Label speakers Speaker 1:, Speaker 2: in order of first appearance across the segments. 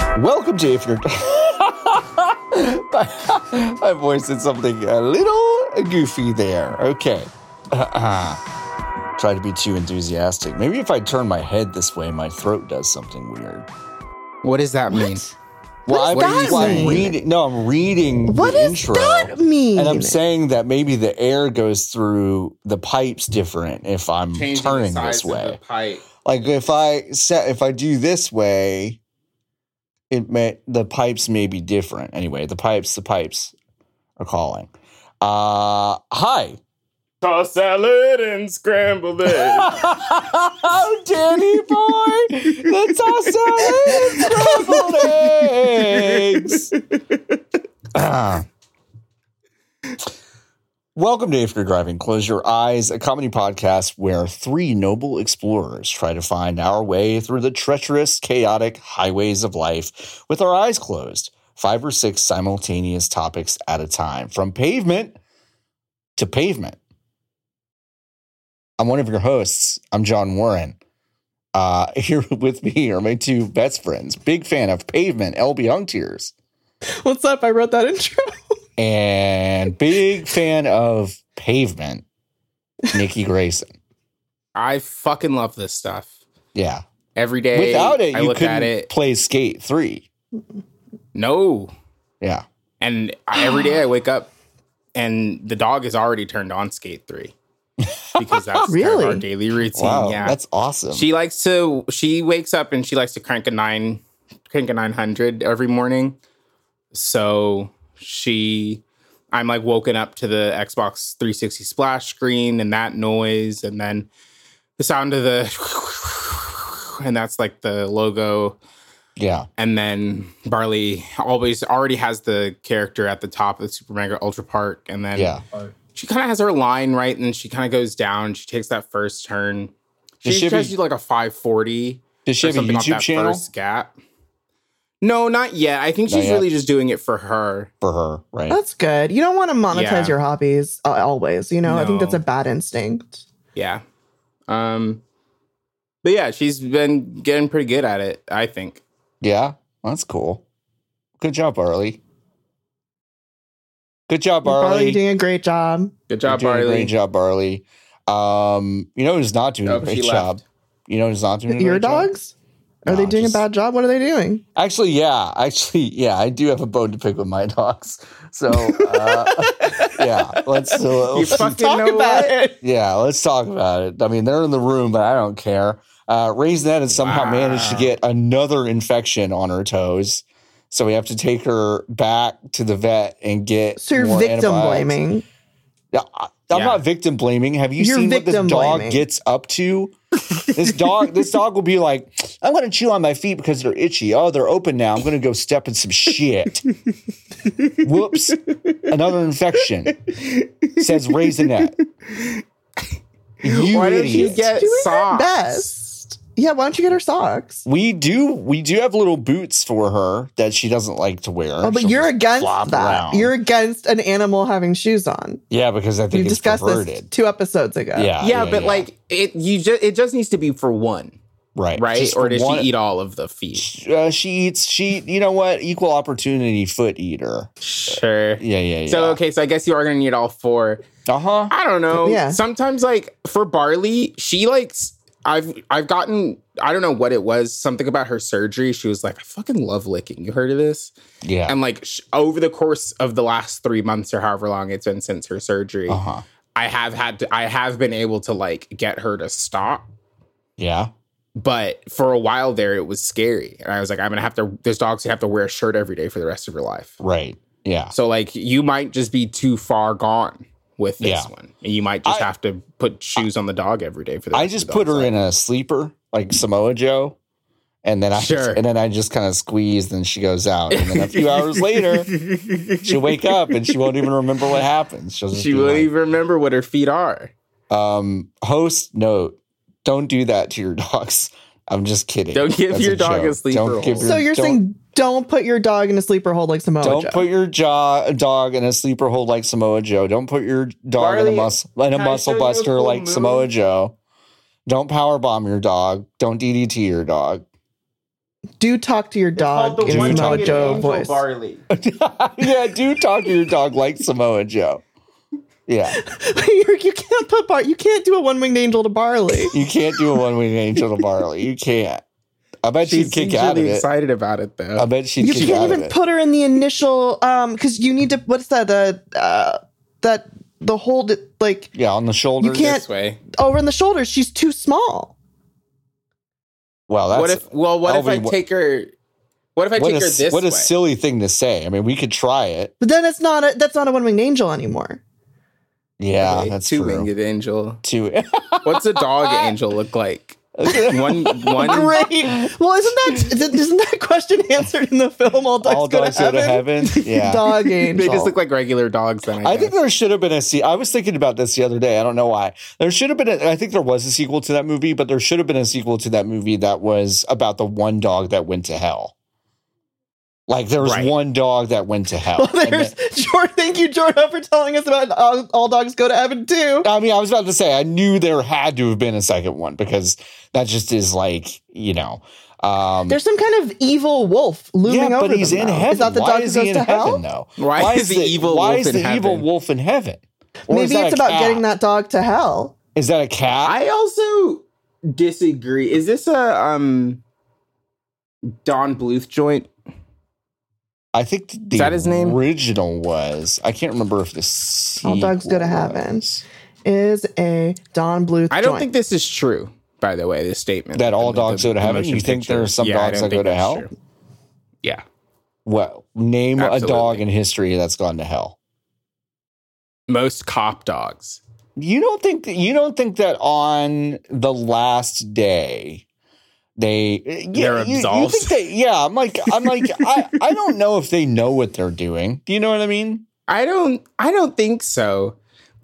Speaker 1: OJ if you're. but I voiced something a little goofy there. Okay. Try to be too enthusiastic. Maybe if I turn my head this way, my throat does something weird.
Speaker 2: What does that mean?
Speaker 1: Well, I'm,
Speaker 3: What does that
Speaker 1: well, I'm
Speaker 3: mean?
Speaker 1: reading. No, I'm reading
Speaker 3: What
Speaker 1: the
Speaker 3: does
Speaker 1: intro.
Speaker 3: that mean?
Speaker 1: And I'm saying that maybe the air goes through the pipes different if I'm
Speaker 4: Changing
Speaker 1: turning
Speaker 4: the size
Speaker 1: this way.
Speaker 4: Of the pipe.
Speaker 1: like if I set if I do this way, it may the pipes may be different. Anyway, the pipes the pipes are calling. Uh hi.
Speaker 4: Toss salad and scrambled eggs.
Speaker 1: oh, Danny boy, that's our salad scrambled eggs. Ah. Welcome to If You're Driving, Close Your Eyes, a comedy podcast where three noble explorers try to find our way through the treacherous, chaotic highways of life with our eyes closed, five or six simultaneous topics at a time, from pavement to pavement. I'm one of your hosts. I'm John Warren. Uh, here with me are my two best friends. Big fan of Pavement, LB Hung Tears,
Speaker 3: What's up? I wrote that intro.
Speaker 1: and big fan of Pavement, Nikki Grayson.
Speaker 2: I fucking love this stuff.
Speaker 1: Yeah.
Speaker 2: Every day
Speaker 1: Without it,
Speaker 2: I
Speaker 1: you
Speaker 2: look at
Speaker 1: couldn't
Speaker 2: it.
Speaker 1: play Skate 3.
Speaker 2: No.
Speaker 1: Yeah.
Speaker 2: And I, every day I wake up and the dog is already turned on skate 3. Because that's kind
Speaker 3: Really?
Speaker 2: of our daily routine.
Speaker 1: Wow.
Speaker 2: yeah.
Speaker 1: That's awesome.
Speaker 2: She likes to. She wakes up and she likes to crank a nine, crank a nine hundred every morning. So she, I'm like woken up to the Xbox 360 splash screen and that noise, and then the sound of the, and that's like the logo.
Speaker 1: yeah.
Speaker 2: And then Barley always already has the character at the top of Super Mega Ultra Park, and uh, then
Speaker 1: Yeah.
Speaker 2: she kind of has her line right, and then she kind of goes down. She takes that first turn.
Speaker 1: Does
Speaker 2: She
Speaker 1: she
Speaker 2: tries
Speaker 1: be-
Speaker 2: to do like a 540
Speaker 1: Does she
Speaker 2: or
Speaker 1: have a
Speaker 2: something off
Speaker 1: YouTube
Speaker 2: that
Speaker 1: channel
Speaker 2: first gap. No, not yet. I think
Speaker 1: Not
Speaker 2: she's
Speaker 1: yet.
Speaker 2: really just doing it for her.
Speaker 1: for her? Right.
Speaker 2: Oh.
Speaker 3: That's good. You don't want to monetize
Speaker 2: Yeah.
Speaker 3: your hobbies uh, always. You know, I think that's
Speaker 2: No.
Speaker 3: a bad instinct.
Speaker 2: Yeah. Um but yeah, she's been getting pretty good at it, I think.
Speaker 1: yeah. That's cool. Good job, Barley. Good job, Barley.
Speaker 3: Barley doing a great job.
Speaker 2: Good
Speaker 1: You're
Speaker 2: job,
Speaker 1: doing a
Speaker 2: Barley.
Speaker 1: Great job, Barley. Um, you know who's not doing
Speaker 2: Oh,
Speaker 1: a great
Speaker 2: she left.
Speaker 1: job. You know who's not doing a
Speaker 3: Your
Speaker 1: great job?
Speaker 3: dogs? Are
Speaker 1: No,
Speaker 3: they doing
Speaker 1: just-
Speaker 3: a bad job? What are they doing?
Speaker 1: Actually, yeah. Actually, yeah. I do have a bone to pick with my dogs. So, uh, yeah. Let's, uh,
Speaker 2: You
Speaker 1: let's-
Speaker 2: fucking know what?
Speaker 3: it.
Speaker 1: yeah. Let's talk about it. I mean, they're in the room, but I don't care. Uh, Raisinette has somehow
Speaker 2: Wow.
Speaker 1: managed to get another infection on her toes, so we have to take her back to the vet and get.
Speaker 3: So you're
Speaker 1: more
Speaker 3: victim
Speaker 1: antibiotics.
Speaker 3: blaming.
Speaker 1: Yeah, I- I'm
Speaker 2: Yeah.
Speaker 1: not victim blaming. Have you
Speaker 3: You're
Speaker 1: seen what this
Speaker 3: victim
Speaker 1: dog
Speaker 3: blaming.
Speaker 1: gets up to? this dog, this dog will be like, I'm gonna chew on my feet because they're itchy. Oh, they're open now. I'm gonna go step in some shit. Whoops. Another infection. Says Raisinette. You
Speaker 2: Why don't you
Speaker 1: idiot.
Speaker 2: get
Speaker 3: Doing her
Speaker 2: socks?
Speaker 3: best. Yeah, why don't you get her socks?
Speaker 1: we do we do have little boots for her that she doesn't like to wear.
Speaker 3: Oh, but
Speaker 1: She'll
Speaker 3: you're
Speaker 1: just
Speaker 3: against
Speaker 1: flop
Speaker 3: that.
Speaker 1: around.
Speaker 3: You're against an animal having shoes on.
Speaker 1: yeah, because I
Speaker 3: We
Speaker 1: think it's
Speaker 3: discussed this
Speaker 1: perverted.
Speaker 3: two episodes ago.
Speaker 1: Yeah,
Speaker 2: yeah, but like it you just it just needs to be for one,
Speaker 1: right,
Speaker 2: right?
Speaker 1: Just
Speaker 2: or
Speaker 1: for
Speaker 2: does
Speaker 1: one-
Speaker 2: she eat all of the feet?
Speaker 1: uh, she eats she you know what equal opportunity foot eater
Speaker 2: Sure.
Speaker 1: yeah yeah yeah
Speaker 2: So okay, so I guess you are gonna need all four.
Speaker 1: uh-huh
Speaker 2: I don't know.
Speaker 3: Yeah.
Speaker 2: Sometimes like for Barley, she likes I've I've gotten I don't know what it was, something about her surgery. She was like, I fucking love licking. You heard of this?
Speaker 1: yeah
Speaker 2: And like sh- over the course of the last 3 months or however long it's been since her surgery,
Speaker 1: uh-huh
Speaker 2: I have had to, I have been able to like get her to stop.
Speaker 1: yeah
Speaker 2: But for a while there it was scary. And I was like, I'm going to have to there's dogs who have to wear a shirt every day for the rest of her life.
Speaker 1: right yeah
Speaker 2: So like you might just be too far gone with this
Speaker 1: Yeah.
Speaker 2: one. And you might just
Speaker 1: I-
Speaker 2: have to put shoes on the dog every day for the
Speaker 1: i
Speaker 2: rest of
Speaker 1: just
Speaker 2: the
Speaker 1: put
Speaker 2: dog's
Speaker 1: her
Speaker 2: life.
Speaker 1: in a sleeper like samoa joe and then i
Speaker 2: Sure.
Speaker 1: and then i just kind of squeeze and she goes out and then a few hours later she'll wake up and she won't even remember what happened she'll just
Speaker 2: She
Speaker 1: be
Speaker 2: won't
Speaker 1: like,
Speaker 2: even remember what her feet are.
Speaker 1: um host note don't do that to your dogs i'm just kidding
Speaker 2: Don't give your dog a
Speaker 1: sleep.
Speaker 2: sleeper
Speaker 1: don't give
Speaker 2: hold.
Speaker 1: your,
Speaker 3: So you're
Speaker 1: don't-
Speaker 3: saying don't put your dog in a sleeper hold like Samoa
Speaker 1: Don't
Speaker 3: Joe.
Speaker 1: put your jaw dog in a sleeper hold like Samoa Joe. Don't put your dog in
Speaker 2: Barley,
Speaker 1: a muscle in a
Speaker 2: can I show
Speaker 1: muscle
Speaker 2: you a
Speaker 1: buster
Speaker 2: cool
Speaker 1: like
Speaker 2: move?
Speaker 1: Samoa Joe. Don't power bomb your dog. Don't DDT your dog.
Speaker 3: Do talk to your dog in a Samoa
Speaker 2: One-Legged
Speaker 3: Joe
Speaker 2: Angel
Speaker 3: voice.
Speaker 2: Barley.
Speaker 1: yeah, do talk to your dog like Samoa Joe. Yeah,
Speaker 3: you you can't put bar- you can't do a one winged angel to barley.
Speaker 1: you can't do a one winged angel to Barley. You can't. I bet
Speaker 2: She's
Speaker 1: she'd kick out of
Speaker 2: really
Speaker 1: it. Um,
Speaker 2: excited about it though.
Speaker 1: I bet she'd
Speaker 3: you
Speaker 1: kick
Speaker 3: can't
Speaker 1: out of
Speaker 3: even
Speaker 1: it.
Speaker 3: put her in the initial um because you need to what's that uh, uh that the hold it like
Speaker 1: yeah, on the shoulders.
Speaker 3: can't-
Speaker 2: this way.
Speaker 3: over in the shoulders. She's too small.
Speaker 1: Wow, that's
Speaker 2: what if? Well, what
Speaker 1: Alvin,
Speaker 2: if I
Speaker 1: what-
Speaker 2: take her? What if I
Speaker 1: what,
Speaker 2: take
Speaker 1: a,
Speaker 2: her
Speaker 1: s-
Speaker 2: this
Speaker 1: what
Speaker 2: way?
Speaker 1: a silly thing to say. I mean, we could try it.
Speaker 3: But then it's not a that's not a one winged angel anymore.
Speaker 1: Yeah,
Speaker 2: Okay,
Speaker 1: that's
Speaker 2: two
Speaker 1: true.
Speaker 2: winged angel.
Speaker 1: Two.
Speaker 2: What's a dog angel look like? One, one.
Speaker 3: Great. Well, isn't that isn't that question answered in the film? All dogs,
Speaker 1: All dogs go to heaven. Yeah.
Speaker 3: Dog
Speaker 2: They
Speaker 3: angel.
Speaker 2: just look like regular dogs. Then I,
Speaker 1: I think
Speaker 2: guess.
Speaker 1: there should have been a se- I was thinking about this the other day. I don't know why. There should have been. A, I think there was a sequel to that movie, but there should have been a sequel to that movie that was about the one dog that went to hell. Like there was
Speaker 2: Right.
Speaker 1: one dog that went to hell.
Speaker 3: well,
Speaker 1: And
Speaker 3: there's Jordan. Thank you, Jordan, for telling us about all, all dogs go to heaven too.
Speaker 1: then- I mean, I was about to say I knew there had to have been a second one because that just is like you know. Um,
Speaker 3: There's some kind of evil wolf looming
Speaker 1: yeah,
Speaker 3: over
Speaker 1: but he's
Speaker 3: them,
Speaker 1: in
Speaker 3: though.
Speaker 1: heaven.
Speaker 3: Is that the
Speaker 1: why
Speaker 3: dog
Speaker 1: is
Speaker 3: who
Speaker 1: he
Speaker 3: goes
Speaker 1: in
Speaker 3: to
Speaker 1: heaven
Speaker 3: hell?
Speaker 1: though?
Speaker 2: Why is the evil
Speaker 1: Why
Speaker 2: wolf
Speaker 1: is
Speaker 2: in
Speaker 1: the evil
Speaker 2: heaven?
Speaker 1: wolf in heaven? Or is
Speaker 3: Maybe
Speaker 1: that
Speaker 3: it's
Speaker 1: a
Speaker 3: about
Speaker 1: cat?
Speaker 3: getting that dog to hell.
Speaker 1: Is that a cat?
Speaker 2: I also disagree. Is this a um Don Bluth joint?
Speaker 1: I think th- the
Speaker 2: that his name?
Speaker 1: original was. I can't remember if this.
Speaker 3: All dogs go to heaven. Is a Don Bluth.
Speaker 2: I don't
Speaker 3: joint.
Speaker 2: think this is true. By the way, this statement
Speaker 1: That all
Speaker 2: in the-
Speaker 1: dogs go to
Speaker 2: the
Speaker 1: heaven?
Speaker 2: motion
Speaker 1: You think there are some
Speaker 2: I
Speaker 1: dogs
Speaker 2: don't
Speaker 1: that go
Speaker 2: think
Speaker 1: to
Speaker 2: that's
Speaker 1: hell?
Speaker 2: true. Yeah,
Speaker 1: Well, name a dog
Speaker 2: Absolutely.
Speaker 1: in history that's gone to hell.
Speaker 2: most cop dogs.
Speaker 1: You don't think that, you don't think that on the last day they yeah,
Speaker 2: They're
Speaker 1: you, you
Speaker 2: absolved.
Speaker 1: think they yeah I'm like I'm like I, I don't know if they know what they're doing. Do you know what I mean?
Speaker 2: I don't. I don't think so.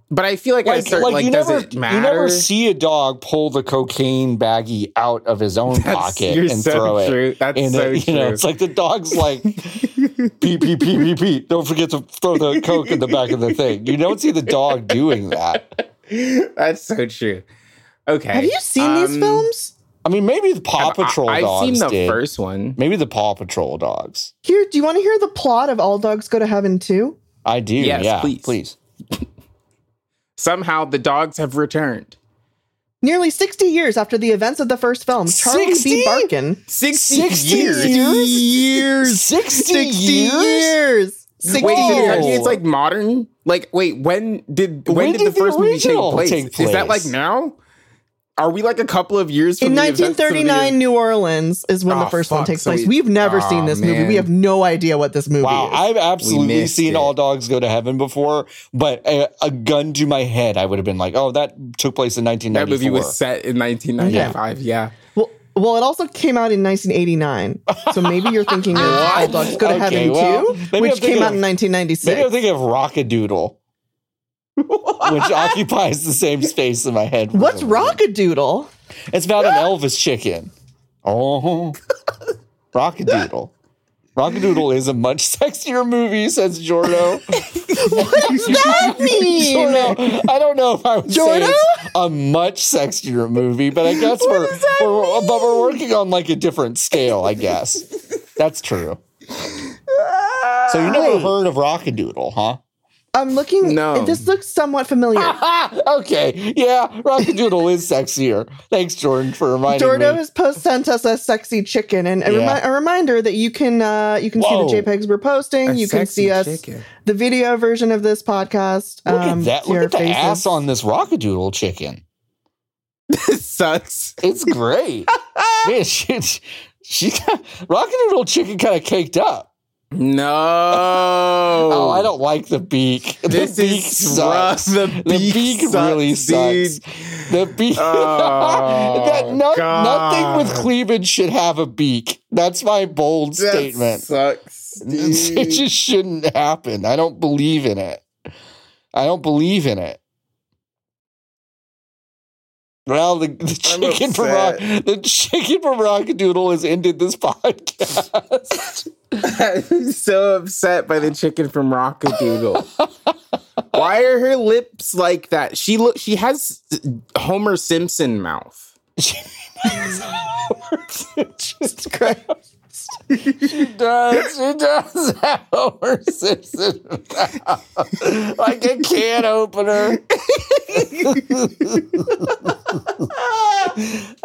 Speaker 2: But I feel like, I start like,
Speaker 1: you
Speaker 2: does
Speaker 1: never
Speaker 2: it matter?
Speaker 1: you never see a dog pull the cocaine baggie out of his own
Speaker 2: That's-
Speaker 1: pocket
Speaker 2: you're
Speaker 1: and
Speaker 2: so
Speaker 1: throw it.
Speaker 2: true. That's
Speaker 1: And
Speaker 2: so
Speaker 1: it- you
Speaker 2: true.
Speaker 1: know, it's like the dog's like, pee, pee, pee, pee, pee. Don't forget to throw the Coke in the back of the thing. You don't see the dog doing that.
Speaker 2: That's so true. Okay.
Speaker 3: Have you seen these
Speaker 2: um,
Speaker 3: films?
Speaker 1: I mean, maybe the Paw
Speaker 2: I've- I-
Speaker 1: Patrol
Speaker 2: I've
Speaker 1: dogs.
Speaker 2: seen the
Speaker 1: did.
Speaker 2: first one.
Speaker 1: Maybe the Paw Patrol dogs.
Speaker 3: Here, do you want to hear the plot of All Dogs Go to Heaven too?
Speaker 1: I do.
Speaker 2: Yes,
Speaker 1: yeah,
Speaker 2: please.
Speaker 1: please.
Speaker 2: Somehow the dogs have returned.
Speaker 3: Nearly 60 years after the events of the first film, Charlie
Speaker 1: 60?
Speaker 3: B. Barkin.
Speaker 2: 60,
Speaker 1: 60
Speaker 2: years.
Speaker 1: years?
Speaker 2: years.
Speaker 1: 60,
Speaker 3: 60
Speaker 1: years?
Speaker 3: years. 60
Speaker 2: Wait, did it
Speaker 1: Whoa.
Speaker 3: years.
Speaker 2: actually, it's like modern. Like, wait, when did when,
Speaker 1: When
Speaker 2: did,
Speaker 1: did
Speaker 2: the
Speaker 1: the
Speaker 2: first movie take
Speaker 1: original
Speaker 2: place?
Speaker 1: take
Speaker 2: Is that like
Speaker 1: place?
Speaker 2: now? Are we like a couple of years from
Speaker 3: In
Speaker 2: the events of the-
Speaker 3: 1939, New Orleans is when
Speaker 2: Oh,
Speaker 3: the first one
Speaker 2: fuck,
Speaker 3: takes
Speaker 2: so
Speaker 3: place.
Speaker 2: we-
Speaker 3: We, have never
Speaker 2: Aw,
Speaker 3: seen this movie.
Speaker 2: man.
Speaker 3: We have no idea what this movie
Speaker 1: Wow,
Speaker 3: is.
Speaker 1: I've absolutely
Speaker 2: missed
Speaker 1: seen
Speaker 2: it.
Speaker 1: all dogs go to heaven before, but a, a gun to my head, I would have been like, "Oh, that took place in
Speaker 2: that
Speaker 1: 1994."
Speaker 2: movie was set in 1995. Yeah.
Speaker 3: well, well, it also came out in 1989. So maybe you're thinking of All Dogs Go to
Speaker 1: Okay,
Speaker 3: Heaven
Speaker 1: well, maybe
Speaker 3: too, which
Speaker 1: I'm thinking
Speaker 3: came out
Speaker 1: of-
Speaker 3: in
Speaker 1: Maybe I'm
Speaker 3: 1996.
Speaker 1: thinking of Rockadoodle, which occupies the same space in my head. for
Speaker 3: What's
Speaker 1: some reason.
Speaker 3: Rockadoodle?
Speaker 1: It's about an Elvis chicken. Oh, Rockadoodle. Rockadoodle is a much sexier movie, says Jordo.
Speaker 3: That mean?
Speaker 1: Jordo, I don't know if I would say
Speaker 3: Jordo?
Speaker 1: it's a much sexier movie, but I guess we're, we're but we're working on like a different scale, I guess. That's true. So you never heard of Rockadoodle, huh?
Speaker 3: I'm looking.
Speaker 2: No.
Speaker 3: This looks somewhat familiar.
Speaker 1: Ah, okay. Yeah, Rockadoodle is sexier. Thanks, Jordan, for reminding
Speaker 3: Jordo
Speaker 1: me.
Speaker 3: has post sent us a sexy chicken, and a,
Speaker 1: Yeah.
Speaker 3: remi- a reminder that you can uh, you can
Speaker 1: Whoa.
Speaker 3: see the JPEGs we're posting.
Speaker 2: A
Speaker 3: you can
Speaker 2: sexy
Speaker 3: see us
Speaker 2: chicken.
Speaker 3: the video version of this podcast.
Speaker 1: Look
Speaker 3: um,
Speaker 1: at that.
Speaker 3: see
Speaker 1: Look
Speaker 3: our
Speaker 1: at the
Speaker 3: faces.
Speaker 1: ass on this Rockadoodle chicken.
Speaker 2: This sucks.
Speaker 1: It's great. Man, she, she got, Rockadoodle chicken kind of caked up.
Speaker 2: No.
Speaker 1: Oh,
Speaker 2: oh,
Speaker 1: I don't like the beak. The
Speaker 2: This
Speaker 1: beak
Speaker 2: is rough.
Speaker 1: sucks.
Speaker 2: The beak,
Speaker 1: really
Speaker 2: sucks, dude.
Speaker 1: sucks. The beak.
Speaker 2: Oh,
Speaker 1: that no, nothing
Speaker 2: God.
Speaker 1: with cleavage should have a beak. That's my bold
Speaker 2: That
Speaker 1: statement.
Speaker 2: sucks.
Speaker 1: It
Speaker 2: dude.
Speaker 1: just shouldn't happen. I don't believe in it. I don't believe in it. Well, the, the
Speaker 2: I'm
Speaker 1: chicken from Rock, the chicken from Rockadoodle has ended this podcast.
Speaker 2: I'm so upset by the chicken from Rockadoodle. Why are her lips like that? She look. She has Homer Simpson mouth.
Speaker 1: Jesus Christ. she does. She does have Homer Simpson. like a can opener. oh,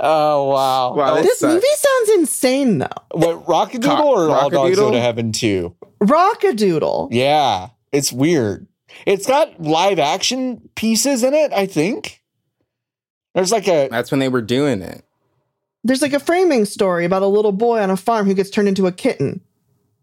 Speaker 1: wow.
Speaker 2: Wow,
Speaker 1: Oh,
Speaker 2: this-
Speaker 3: This movie sounds insane though.
Speaker 1: What, Rockadoodle
Speaker 2: Cock-
Speaker 1: or All Dogs Go
Speaker 2: Rockadoodle?
Speaker 1: to Heaven too?
Speaker 3: Rockadoodle.
Speaker 1: Yeah. It's weird. It's got live action pieces in it, I think. There's like a.
Speaker 2: That's when they were doing it.
Speaker 3: There's like a framing story about a little boy on a farm who gets turned into a kitten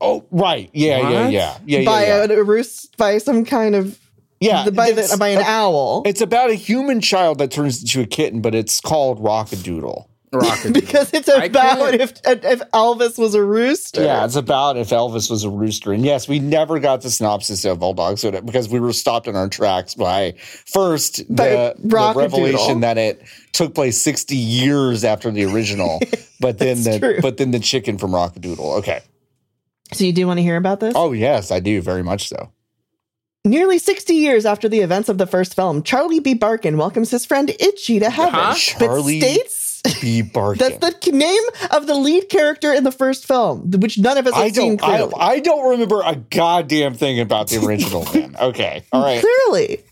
Speaker 1: Oh, right. Yeah, yeah,
Speaker 2: What?
Speaker 1: yeah. Yeah, yeah.
Speaker 3: by
Speaker 1: yeah.
Speaker 3: a, a roost by some kind of
Speaker 1: yeah
Speaker 3: the, by,
Speaker 1: it's-
Speaker 3: the, by an owl
Speaker 1: It's about a human child that turns into a kitten, but it's called Rockadoodle.
Speaker 2: Rocket.
Speaker 3: because it's
Speaker 2: I
Speaker 3: about
Speaker 2: couldn't-
Speaker 3: if if Elvis was a rooster.
Speaker 1: Yeah, it's about if Elvis was a rooster. And yes, we never got the synopsis of All Dogs Go to- because we were stopped in our tracks by first the,
Speaker 3: By
Speaker 1: the
Speaker 3: Rockadoodle.
Speaker 1: revelation that it took place 60 years after the original, but then the
Speaker 3: That's true.
Speaker 1: but then the chicken from Rockadoodle. Okay.
Speaker 3: So you do want to hear about this?
Speaker 1: Oh yes, I do very much so.
Speaker 3: Nearly 60 years after the events of the first film, Charlie B. Barkin welcomes his friend Itchy to heaven.
Speaker 2: Huh?
Speaker 1: Charlie-
Speaker 3: But states
Speaker 1: Be barking.
Speaker 3: that's the name of the lead character in the first film, which none of us have
Speaker 1: I
Speaker 3: seen
Speaker 1: don't I,
Speaker 3: clearly.
Speaker 1: I don't remember a goddamn thing about the original man. Okay. All right.
Speaker 3: clearly.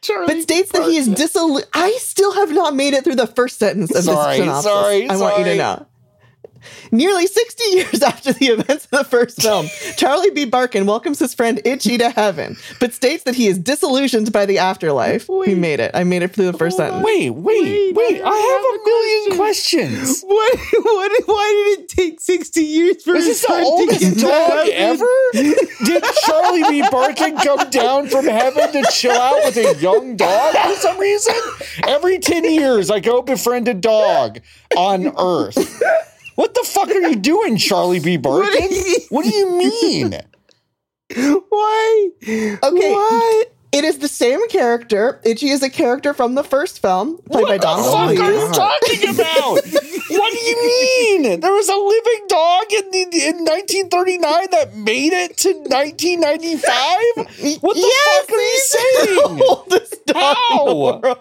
Speaker 2: Charlie
Speaker 3: But states that he is disillu- I still have not made it through the first sentence of
Speaker 1: Sorry,
Speaker 3: this synopsis.
Speaker 1: sorry,
Speaker 3: I want
Speaker 1: sorry.
Speaker 3: you to know. Nearly 60 years after the events of the first film, Charlie B. Barkin welcomes his friend Itchy to heaven, but states that he is disillusioned by the afterlife. We made it. I made it through the first sentence.
Speaker 1: Wait, wait,
Speaker 2: Wait,
Speaker 1: wait.
Speaker 2: I
Speaker 1: I have a million questions.
Speaker 2: What, what? Why did it take sixty years for
Speaker 1: Is
Speaker 2: his
Speaker 1: this the
Speaker 2: son to get
Speaker 1: oldest dog
Speaker 2: that?
Speaker 1: ever? Did Charlie B. Barton come down from heaven to chill out with a young dog for some reason? Every 10 years, I go befriend a dog on Earth. What the fuck are you doing, Charlie B. Barton? What do you mean?
Speaker 2: Why?
Speaker 3: Okay.
Speaker 2: What?
Speaker 3: It is the same character. Itchy is a character from the first film, played by
Speaker 1: What
Speaker 3: Donald
Speaker 1: the fuck are
Speaker 3: Lee.
Speaker 1: you talking about? What do you mean? There was a living dog in, the, in 1939 that made it to 1995? What the
Speaker 3: Yes,
Speaker 1: fuck are you
Speaker 3: he's
Speaker 1: saying?
Speaker 3: the oldest dog
Speaker 1: How?
Speaker 3: in the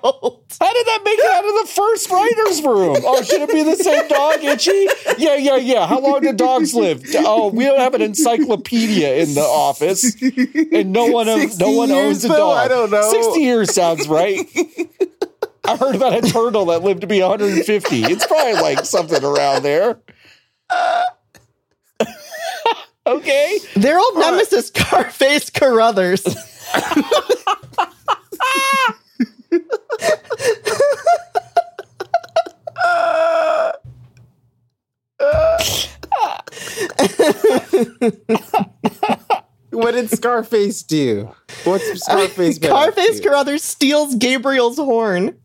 Speaker 3: world.
Speaker 1: How did that make it out of the first writer's room? Oh, should it be the same dog, Itchy? Yeah, yeah, yeah. How long do dogs live? Oh, we don't have an encyclopedia in the office, and no one of, no
Speaker 2: 60
Speaker 1: one owns
Speaker 2: years,
Speaker 1: a
Speaker 2: though?
Speaker 1: dog.
Speaker 2: I don't know.
Speaker 1: Sixty years sounds right. I heard about a turtle that lived to be 150. It's probably like something around there. okay.
Speaker 3: Their old nemesis, Carface Carruthers.
Speaker 2: What did Scarface do? What's Scarface? been up
Speaker 3: Carface
Speaker 2: to?
Speaker 3: Carruthers steals Gabriel's horn.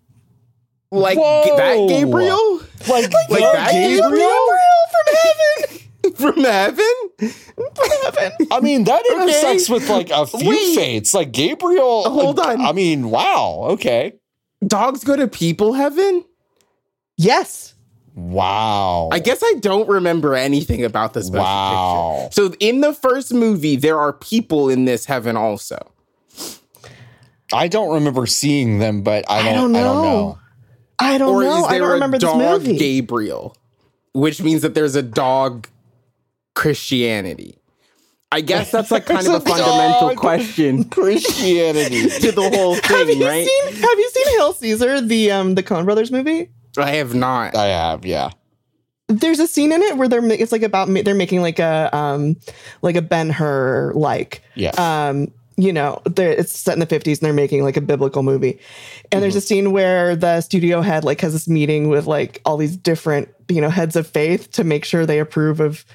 Speaker 2: like
Speaker 1: Whoa.
Speaker 2: G- that Gabriel
Speaker 1: Like,
Speaker 2: Like
Speaker 1: Lord
Speaker 2: that
Speaker 1: Gabriel?
Speaker 2: from heaven?
Speaker 1: I mean, that intersects with like a few
Speaker 2: Wait.
Speaker 1: fates. Like Gabriel. uh,
Speaker 2: Hold on.
Speaker 1: I mean, wow. Okay.
Speaker 2: Dogs go to people heaven.
Speaker 3: Yes.
Speaker 1: Wow.
Speaker 2: I guess I don't remember anything about this. motion
Speaker 1: Wow.
Speaker 2: picture. So in the first movie, there are people in this heaven also.
Speaker 1: I don't remember seeing them, but I don't.
Speaker 3: don't
Speaker 1: I don't know.
Speaker 3: know. I don't
Speaker 2: or
Speaker 3: know.
Speaker 2: is
Speaker 3: Oh, I
Speaker 2: there
Speaker 3: don't remember
Speaker 2: a
Speaker 3: this
Speaker 2: dog
Speaker 3: movie.
Speaker 2: Gabriel, which means that there's a dog Christianity. I guess that's like kind of a
Speaker 1: There's a
Speaker 2: fundamental
Speaker 1: dog.
Speaker 2: question
Speaker 1: Christianity.
Speaker 2: to the whole
Speaker 3: have
Speaker 2: thing,
Speaker 3: you
Speaker 2: right?
Speaker 3: seen Have you seen Hail Caesar, the um the Coen Brothers movie?
Speaker 2: I have not.
Speaker 1: I have. Yeah.
Speaker 3: There's a scene in it where they're ma- it's like about ma- they're making like a um like a Ben Hur like
Speaker 1: Yeah.
Speaker 3: um you know they're- it's set in the 50s and they're making like a biblical movie and there's a scene where the studio head like has this meeting with like all these different you know heads of faith to make sure they approve of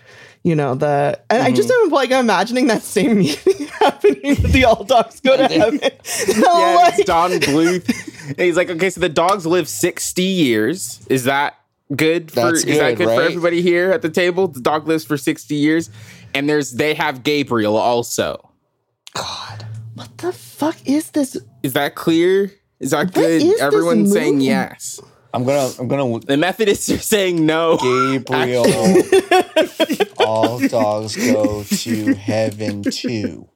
Speaker 3: you know the and i just am like imagining that same meeting happening with the all dogs go to heaven
Speaker 2: yeah,
Speaker 3: yeah,
Speaker 2: it's Don Bluth. And he's like, okay, so the dogs live 60 years. Is that good? For,
Speaker 1: That's
Speaker 2: is that
Speaker 1: good,
Speaker 2: good for
Speaker 1: right?
Speaker 2: everybody here at the table? The dog lives for 60 years. And there's they have Gabriel also.
Speaker 3: what the fuck is this
Speaker 2: Is that clear? Is that good?
Speaker 3: is this
Speaker 2: Everyone's saying
Speaker 3: movie?
Speaker 2: yes.
Speaker 1: I'm gonna. I'm gonna.
Speaker 2: The Methodists are saying no.
Speaker 1: Gabriel. All dogs go to heaven too.